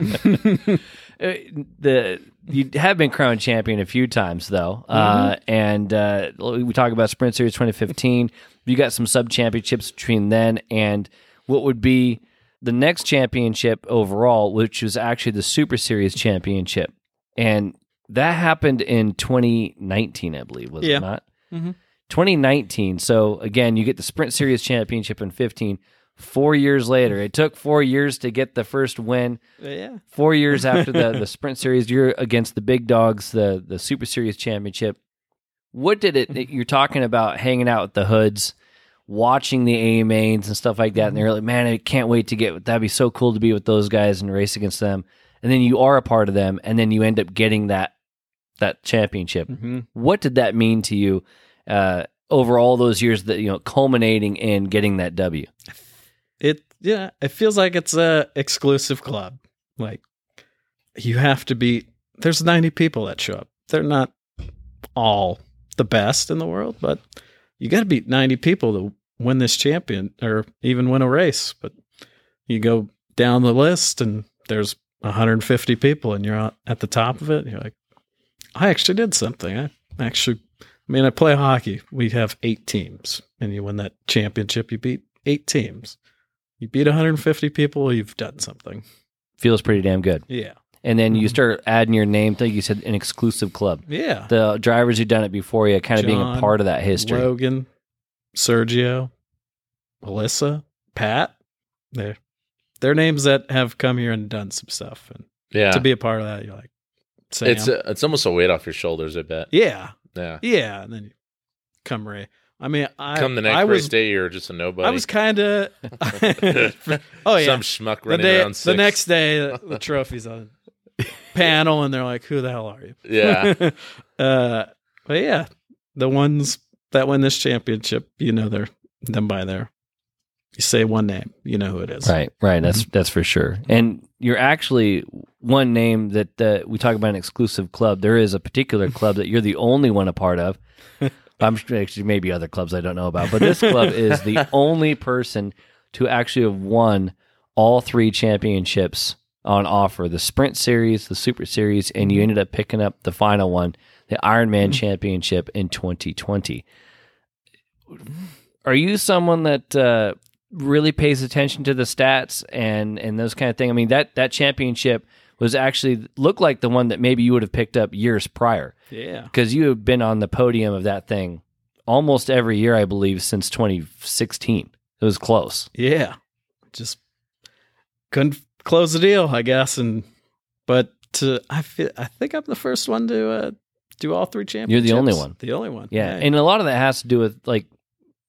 Uh, the you have been crowned champion a few times though, uh, and uh, we talk about Sprint Series 2015. You got some sub championships between then and what would be the next championship overall, which was actually the Super Series championship, and that happened in 2019, I believe, was Yeah. it not? Mhm. 2019. So again, you get the Sprint Series championship in 15. Four years later, it took four years to get the first win Yeah. four years after the, the sprint series you're against the big dogs the, the super series championship what did it you're talking about hanging out with the hoods watching the amains and stuff like that and they're like man i can't wait to get that'd be so cool to be with those guys and race against them and then you are a part of them and then you end up getting that that championship Mm-hmm. what did that mean to you uh, over all those years that you know culminating in getting that w It, yeah, it feels like it's a exclusive club. Like, you have to be, there's 90 people that show up. They're not all the best in the world, but you got to beat 90 people to win this champion or even win a race. But you go down the list and there's 150 people and you're at the top of it. You're like, I actually did something. I actually I mean, I play hockey. We have eight teams, and you win that championship. You beat eight teams. You beat 150 people. You've done something. Feels pretty damn good. Yeah, And then you Mhm. start adding your name. Like you said, an exclusive club. yeah. The drivers who've done it before you, kind of being a John, part of that history. Logan, Sergio, Melissa, Pat. They're they're names that have come here and done some stuff. And Yeah. to be a part of that, you're like, Sam. it's a, it's almost a weight off your shoulders, I bet. yeah, Yeah. yeah. And then you come Ray. I mean, I Come the next I race was day, you're just a nobody. I was kind of oh yeah. Some schmuck the running day, around six. the next day, the, the trophy's on panel, and they're like, "Who the hell are you?" Yeah. uh, but yeah, the ones that win this championship, you know, they're them by their. You say one name, you know who it is. Right, right. That's that's for sure. And you're actually one name that uh, we talk about an exclusive club. There is a particular club that you're the only one a part of. I'm sure actually maybe other clubs I don't know about, but this club is the only person to actually have won all three championships on offer: the Sprint Series, the Super Series, and you ended up picking up the final one, the Ironman Championship in 2020. Are you someone that uh, really pays attention to the stats and and those kind of thing. I mean that that championship was actually looked like the one that maybe you would have picked up years prior Yeah. because you have been on the podium of that thing almost every year I believe since 2016. It was close. Yeah. Just couldn't f- close the deal, I guess. And but uh, I feel I think I'm the first one to uh, do all three championships. only one. The only one. Yeah. And a lot of that has to do with like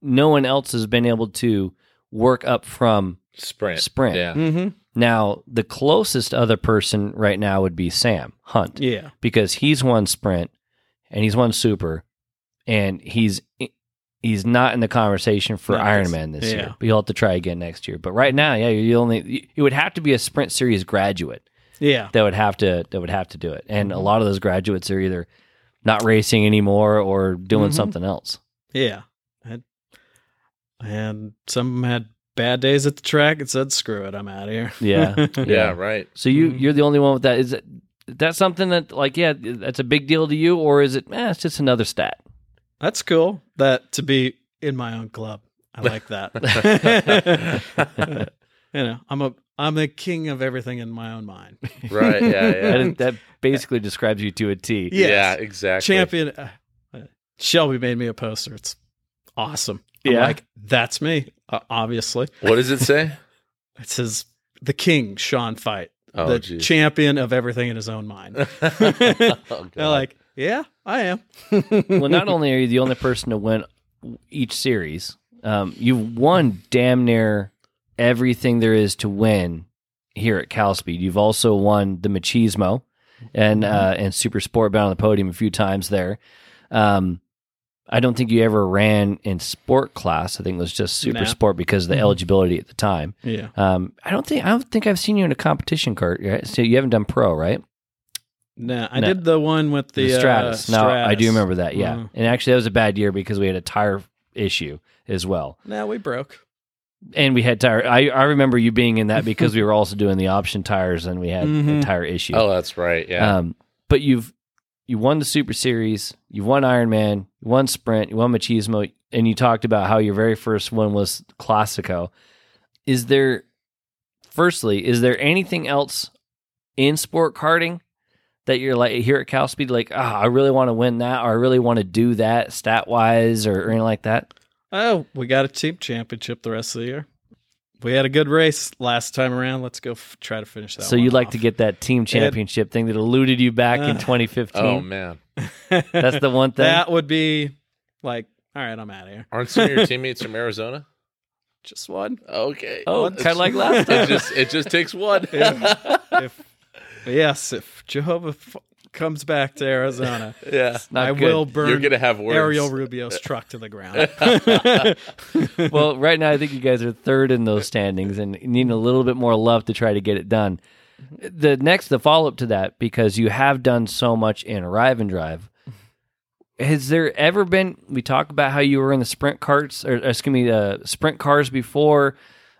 no one else has been able to work up from sprint. sprint. Yeah. mm-hmm. Now, the closest other person right now would be Sam Hunt. Yeah. because he's won sprint and he's won super and he's he's not in the conversation for Nice. Ironman this Yeah. year. But you'll have to try again next year. But right now, yeah, you only you- you would have to be a sprint series graduate Yeah. that would have to that would have to do it. And a lot of those graduates are either not racing anymore or doing Mhm. something else. Yeah. And, and some of 'em had bad days at the track and said, screw it, I'm out of here. Yeah. Yeah. Right. So you Mhm. you're the only one with that. Is that is that something that like yeah, that's a big deal to you or is it eh, it's just another stat? That's cool that to be in my own club. I like that. you know, I'm a I'm the king of everything in my own mind. Right. Yeah. Yeah. That, that basically describes you to a T. Yes. Yeah. Exactly. Champion uh, uh, Shelby made me a poster. It's awesome. I'm Yeah. like that's me, uh, obviously. What does it say? It says the king Sean Fight, Oh, the jeez. champion of everything in his own mind. Oh, They're God. like, yeah, I am. well, not only are you the only person to win each series, um, you've won damn near everything there is to win here at CalSpeed. You've also won the Machismo and uh, and Super Sport been on the podium a few times there. Um, I don't think you ever ran in sport class. I think it was just Super Nah. Sport because of the Mhm. eligibility at the time. yeah. Um, I don't think I don't think I've seen you in a competition cart. Right? So you haven't done pro, right? Nah, I No. did the one with the, the, Stratus. Uh, Now I do Stratus. remember that. Yeah, Mhm. and actually that was a bad year because we had a tire issue as well, No, we broke. and we had tire. I, I remember you being in that because we were also doing the option tires, and we had a Mhm. tire issue. Oh, that's right. Yeah. Um, but you've you won the Super Series, you won Ironman, you won Sprint, you won Machismo, and you talked about how your very first one was Classico. Is there, firstly, is there anything else in sport karting that you're like here at Cal Speed, like, ah, I really want to win that, or I really want to do that stat wise, or, or anything like that? Oh, we got a team championship the rest of the year. We had a good race last time around. Let's go f- try to finish that. so you'd like to get that team championship thing that eluded you back in Uh, 2015. oh man, get That's the one thing. that would be like, all right, I'm out of here. aren't some of your teammates from Arizona? Just one. Okay. oh, Once- kind of like last time. It just it just takes one. Yeah. If, yes, if Jehovah f- comes back to Arizona, yeah. Not I good. will burn You're gonna have words. Ariel Rubio's truck to the ground. well, right now I think you guys are third in those standings and need a little bit more love to try to get it done. The next, the follow up to that, because you have done so much in arrive and drive. Has there ever been? We talk about how you were in the sprint carts, or excuse me, uh, sprint cars before.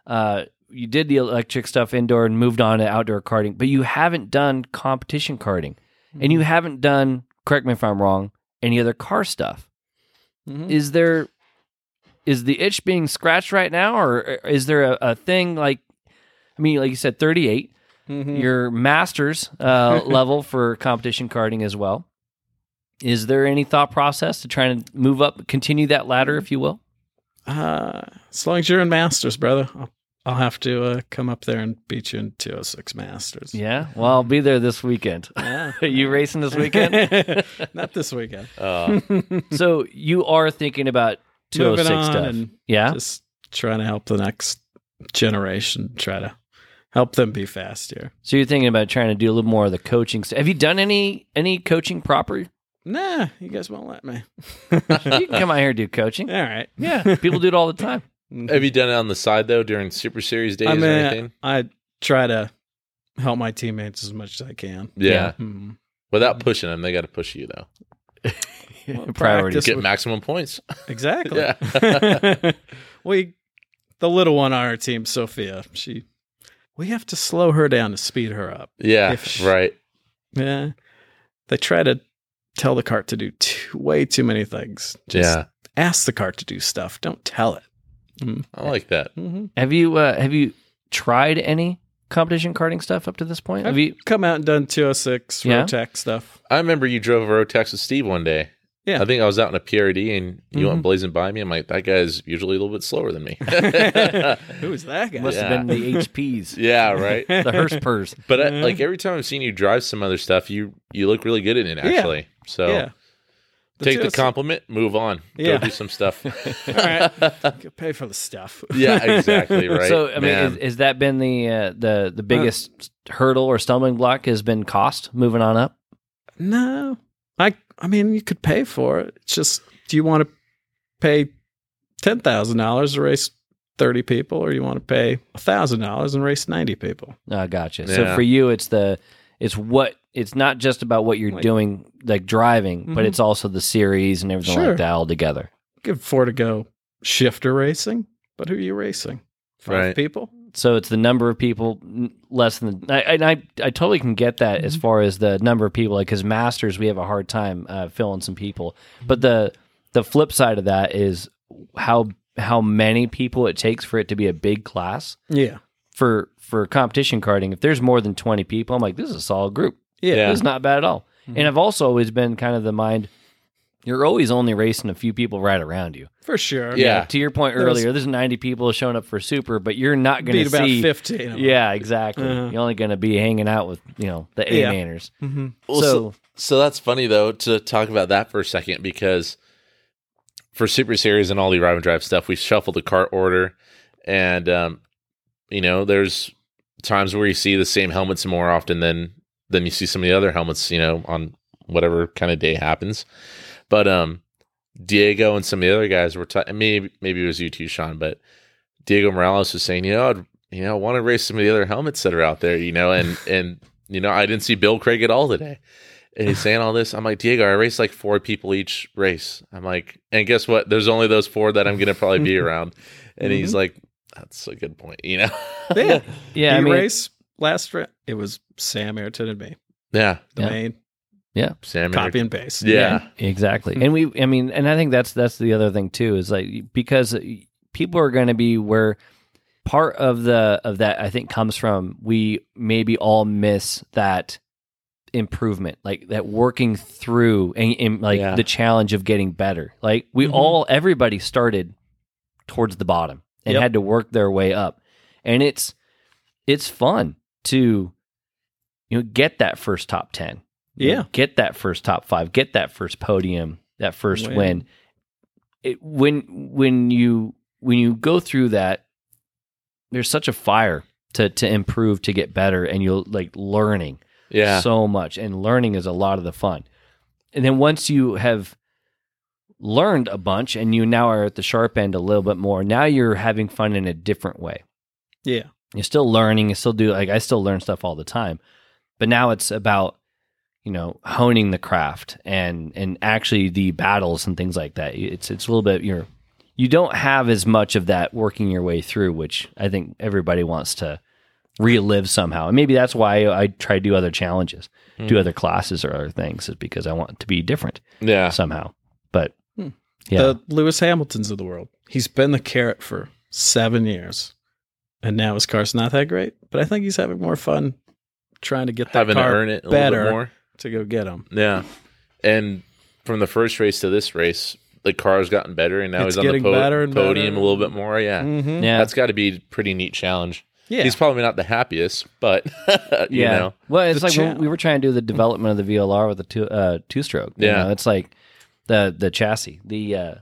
Uh, you did the electric stuff indoor and moved on to outdoor karting, but you haven't done competition karting, and you haven't done. Correct me if I'm wrong. Any other car stuff? Mhm. is there is the itch being scratched right now or uh, is there a, a thing like i mean like you said 38 Mhm. your master's uh, level for competition karting as well is there any thought process to try and move up continue that ladder if you will Uh, as long as you're in masters, brother, I'll, I'll have to uh, come up there and beat you in 206 masters. yeah well i'll be there this weekend Yeah. are you racing this weekend Not this weekend. Uh, so you are thinking about 206 Moving on stuff and yeah just trying to help the next generation, try to help them be faster. so you're thinking about trying to do a little more of the coaching stuff have you done any any coaching proper Nah, you guys won't let me. you can come out here and do coaching All right. yeah people do it all the time have you done it on the side though during Super Series days I or mean, anything? I try to help my teammates as much as I can. Yeah. Yeah. Hmm. Without pushing them, they got to push you though. Well, Priorities. practice Get with- maximum points. Exactly. Yeah. we, the little one on our team, Sophia, she, we have to slow her down to speed her up. Yeah, If- right. Yeah. They try to tell the cart to do too, way too many things. Just yeah, ask the cart to do stuff. Don't tell it. I like that. hmm Have you uh, have you tried any competition karting stuff up to this point? Have you? Come out and done 206 Yeah. Rotec stuff. I remember you drove a Rotex with Steve one day. Yeah. I think I was out in a PRD and you Mhm. went blazing by me. I'm like, that guy's usually a little bit slower than me. Who is that guy? Must have been the HPs, yeah, right. the Hearst purrs. But I, Mhm. like every time I've seen you drive some other stuff, you you look really good at it Yeah. actually. So yeah. take the 206 compliment, move on, Yeah. go do some stuff. All right. Get paid for the stuff. yeah, exactly right. So I mean, Man. is, is that been the uh, the the biggest hurdle or stumbling block has been cost moving on up? No. I I mean you could pay for it. It's just do you want to pay ten thousand dollars to race thirty people or you want to pay thousand dollars and race ninety people? Oh, gotcha. So Yeah. for you, it's the it's what it's not just about what you're Like- doing, like Mm-hmm. driving, but Mhm. it's also the series and everything Sure. like that all together. You could afford to go shifter racing, but who are you racing? Five Right. people? So it's the number of people n- less than I I, I, I totally can get that as Mhm. far as the number of people. Like as masters, we have a hard time uh, filling some people. But the the flip side of that is how how many people it takes for it to be a big class Yeah. for for competition karting. If there's more than twenty people, I'm like, this is a solid group. Yeah. Yeah. This is not bad at all. And I've also always been kind of the mind. You're always only racing a few people right around you. For sure. Yeah. To your point There's- earlier, there's 90 people showing up for super, but you're not going Beat to about see fifteen. of them. yeah, exactly. Uh-huh. You're only going to be hanging out with, you know, the A Yeah. manners. Mhm. Well, so, So that's funny though to talk about that for a second because for Super Series and all the arrive and drive stuff, we shuffle the cart order, and um, you know, there's times where you see the same helmets more often than than you see some of the other helmets, you know, on whatever kind of day happens. But um, Diego and some of the other guys were ta- maybe maybe it was you too, Sean, but Diego Morales was saying, you know, I'd you know want to race some of the other helmets that are out there, you know, and and you know, I didn't see Bill Craig at all today. And he's saying all this. I'm like, Diego, I race like four people each race. I'm like, and guess what? There's only those four that I'm gonna probably be around. And he's like, That's a good point, you know? Yeah. yeah, I Bee mean, race last ra- it was Sam Ayrton and me. yeah. The Yeah. main Sam and- copy and paste. Yeah. exactly. And we I mean, and I think that's that's the other thing too is like because people are going to be where part of the of that I think comes from we maybe all miss that improvement like that working through and, and, like Yeah. the challenge of getting better like we Mhm. all everybody started towards the bottom and Yep. had to work their way up and it's it's fun to you know get that first top 10 you know, Yeah. get that first top 5 get that first podium that first Win. win, It, when when you when you go through that there's such a fire to to improve to get better and you'll like learning Yeah. so much and learning is a lot of the fun and then once you have learned a bunch and you now are at the sharp end a little bit more now you're having fun in a different way Yeah. you're still learning you still do like i still learn stuff all the time but now it's about you know honing the craft and and actually the battles and things like that it's it's a little bit you're you don't have as much of that working your way through which i think everybody wants to relive somehow and maybe that's why i try to do other challenges Ah. do other classes or other things is because i want it to be different Yeah. somehow but Hmm. Yeah. The Lewis Hamiltons of the world. He's been the carrot for seven years, and now his car's not that great. But I think he's having more fun trying to get that having to car earn it a better little bit more. to go get him. Yeah, and from the first race to this race, the car's gotten better, and now It's he's on the getting po- better and podium better. a little bit more. Yeah, Mm-hmm. yeah. that's got to be a pretty neat challenge. Yeah. He's probably not the happiest, but you yeah. know, Well, it's The like when cha- we were trying to do the development of the VLR with the two uh, two stroke. you Yeah. know, it's like the the chassis. The uh,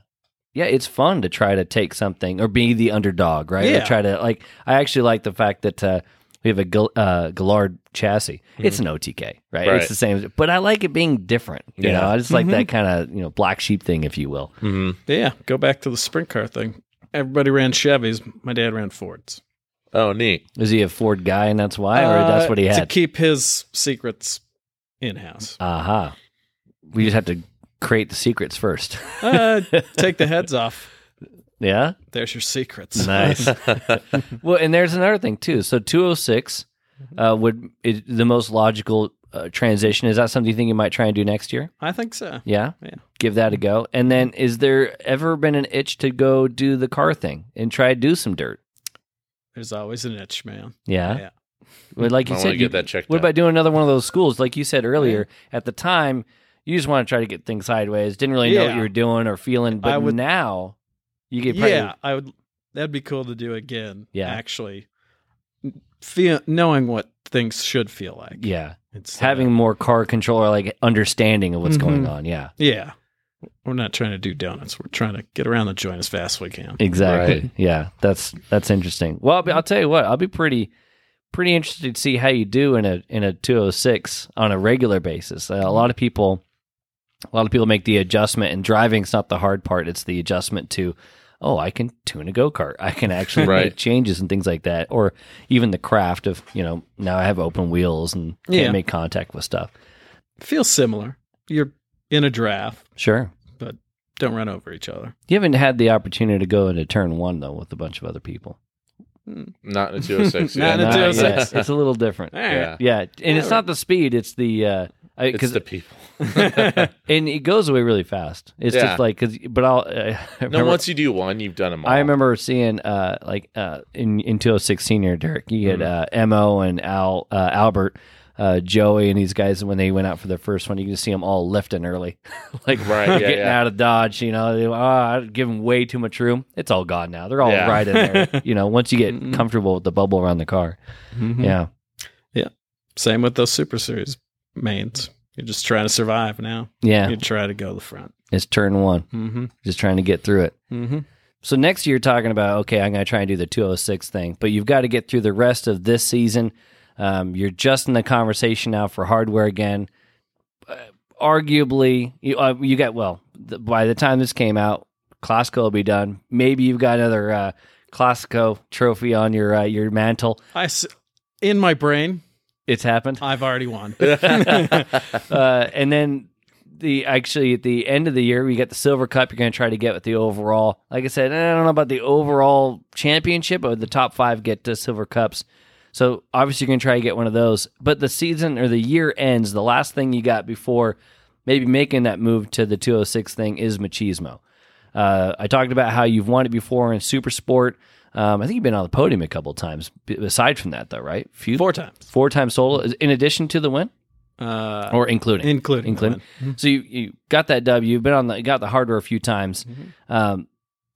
yeah, it's fun to try to take something or be the underdog, right? Or Yeah. try to like. I actually like the fact that uh, we have a Gal- uh, Gallard chassis. It's an OTK, right? Right. It's the same, but I like it being different. You Yeah. know, I just like that kind of you know black sheep thing, if you will. mhm. Yeah, go back to the sprint car thing. Everybody ran Chevys. My dad ran Fords. oh, neat. Is he a Ford guy, and that's why, or that's Uh, what he to had? keep his secrets in house. Aha! We just have to create the secrets first. Uh, take the heads off. yeah. There's your secrets. Nice. well, and there's another thing too. So 206 uh, would is the most logical uh, transition. Is that something you think you might try and do next year? I think so. Yeah. Yeah. Give that a go. And then, is there ever been an itch to go do the car thing and try to do some dirt? There's always an itch, man. Yeah. Yeah. Well, like you I said, want to you- get that checked. what out. about doing another one of those schools? Like you said earlier, at the time, you just want to try to get things sideways. Didn't really know what Yeah. you were doing or feeling, I but would- now you get probably, Yeah, I would. That'd be cool to do again. Yeah. actually, feel knowing what things should feel like. yeah, it's uh, having more car control or like understanding of what's going Mhm. on. Yeah, Yeah, we're not trying to do donuts. We're trying to get around the joint as fast as we can. Exactly. Right. Yeah, that's that's interesting. Well, I'll, be, I'll tell you what, I'll be pretty pretty interested to see how you do in a in a 206 on a regular basis. Uh, a lot of people a lot of people make the adjustment and driving's not the hard part, it's the adjustment to oh, I can tune a go-kart. I can actually make Right. changes and things like that or even the craft of, you know, now I have open wheels and Yeah. can make contact with stuff. Feels similar. You're in a draft. Sure. Don't run over each other. You haven't had the opportunity to go into turn 1 though with a bunch of other people. not in a 206? Not in a Not yet. 206. It's a little different. All Yeah, Yeah, and it's Yeah. not the speed; it's the uh, it's because the people. and it goes away really fast. It's Yeah. just like because, but I'll. uh, I remember, no, once you do one, you've done them all. I remember seeing uh, like uh, in in 2016 senior Derek, you had Mm-hmm. uh, Mo and Al uh, Albert. Uh, Joey and these guys, when they went out for their first one, you can see them all lifting early, like Right, yeah, getting yeah. out of dodge. You know, they, oh, I give them way too much room. It's all gone now. They're all right Yeah. in there. You know, once you get comfortable with the bubble around the car, Mm-hmm. yeah, Mm-hmm. Same with those Super Series mains. You're just trying to survive now. yeah. You try to go to the front. It's turn one, Mm-hmm. just trying to get through it. Mm-hmm. So next year, you're talking about okay, I'm going to try and do the 206 thing, but you've got to get through the rest of this season. Um, you're just in the conversation now for hardware again. Uh, arguably, you, uh, you got well. Th- by the time this came out, Classico will be done. Maybe you've got another uh, Classico trophy on your uh, your mantle. I s- in my brain, It's happened. I've already won. uh, and then the actually at the end of the year we got the silver cup you're going to try to get with the overall like i said i don't know about the overall championship but the top five get the silver cups so obviously you're going to try to get one of those but the season or the year ends the last thing you got before maybe making that move to the 206 thing is machismo uh, i talked about how you've won it before in super sport um, i think you've been on the podium a couple times b- aside from that though right Few, Four times. four times total in addition to the win Uh, or including including. Mm-hmm. including. So you, you got that W. You've been on the you got the hardware a few times. Mm-hmm. Um,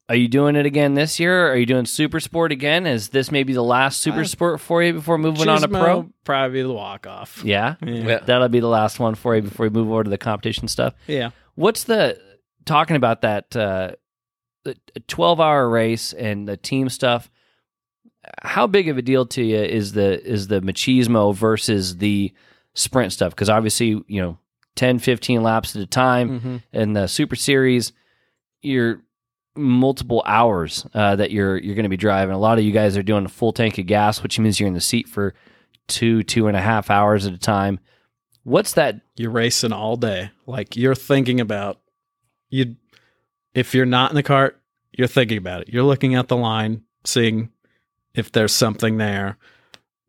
are you doing it again this year? Are you doing Super Sport again? Is this maybe the last Super I- Sport for you before moving on to Uh, Chismo, Pro? Probably the walk off. Yeah, Yeah. Yeah. that'll be the last one for you before we move over to the competition stuff. Yeah. What's the talking about that uh, the twelve hour race and the team stuff? How big of a deal to you is the is the machismo versus the sprint stuff? Because obviously, you know, 10, 15 laps at a time Mhm. in the Super Series, you're multiple hours uh, that you're you're going to be driving. A lot of you guys are doing a full tank of gas, which means you're in the seat for two two and a half hours at a time. What's that? You're racing all day. Like you're thinking about you. If you're not in the cart, you're thinking about it. You're looking at the line, seeing if there's something there.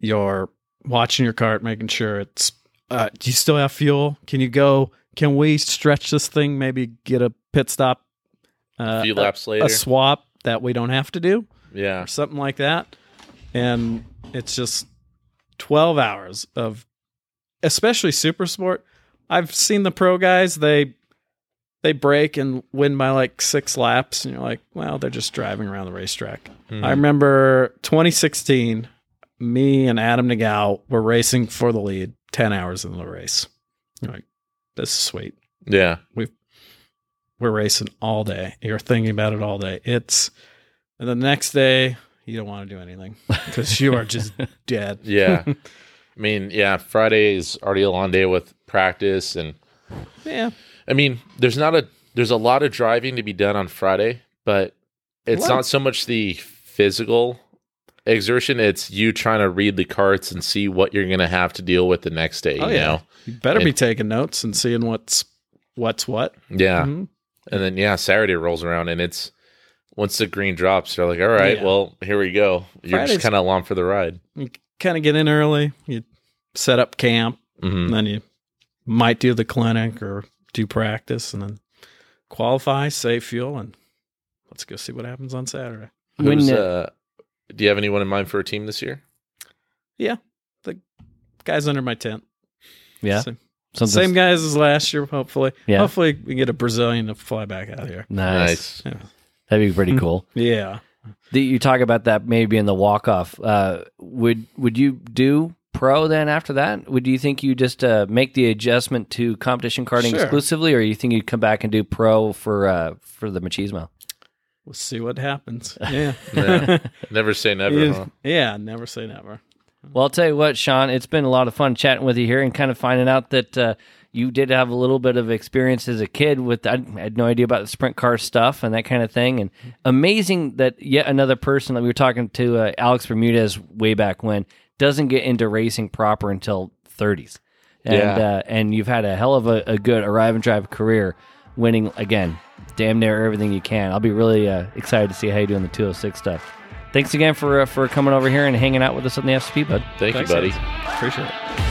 You're watching your cart, making sure it's. Uh, do you still have fuel? Can you go? Can we stretch this thing? Maybe get a pit stop a uh, few a- laps later. a swap that we don't have to do yeah. or something like that. And it's just 12 hours of especially super sport. I've seen the pro guys, they they break and win by like six laps and you're like, well, they're just driving around the racetrack. Mm-hmm. I remember 2016, me and Adam Nagao were racing for the lead 10 hours into the race. You're like, this is sweet yeah. we're racing all day. You're thinking about it all day. It's and the next day you don't want to do anything because you are just dead. Yeah. I mean, yeah, Friday is already a long day with practice and Yeah, I mean, there's not a there's a lot of driving to be done on Friday, but it's What? not so much the physical exertion, it's you trying to read the carts and see what you're going to have to deal with the next day, Oh, you yeah. know. you better be And- taking notes and seeing what's what's what. Yeah. Mhm. And then yeah, Saturday rolls around and it's once the green drops, they're like, "All right, Yeah. well, here we go." You're Friday's- just kind of along for the ride. You kind of get in early. You set up camp, hmm and then you might do the clinic or do practice, and then qualify, save fuel, and let's go see what happens on Saturday. When, Who's, uh, uh, do you have anyone in mind for a team this year? Guys under my tent. Yeah. Same, Something same guys as last year, hopefully. Yeah. Hopefully we can get a Brazilian to fly back out here. Nice. Yeah. That'd be pretty cool. Yeah. The- you talk about that maybe in the walk off. Uh, would would you do pro then after that? Would you think you just uh, make the adjustment to competition karting Sure. exclusively, or you think you'd come back and do pro for uh, for the machismo? We'll see what happens. Yeah. Yeah. Never say never. yeah. huh? yeah, never say never. Well, I'll tell you what, Sean, it's been a lot of fun chatting with you here and kind of finding out that uh, you did have a little bit of experience as a kid with, I I had no idea about the sprint car stuff and that kind of thing. And amazing that yet another person that we were talking to, uh, Alex Bermudez, way back when, doesn't get into racing proper until 30s. And, Yeah. uh, and you've had a hell of a, a good arrive and drive career, winning again, damn near everything you can. I'll be really uh, excited to see how you do in the 206 stuff. Thanks again for uh, for coming over here and hanging out with us on the FCP, bud. Thank Thanks, you, buddy. guys. Appreciate it.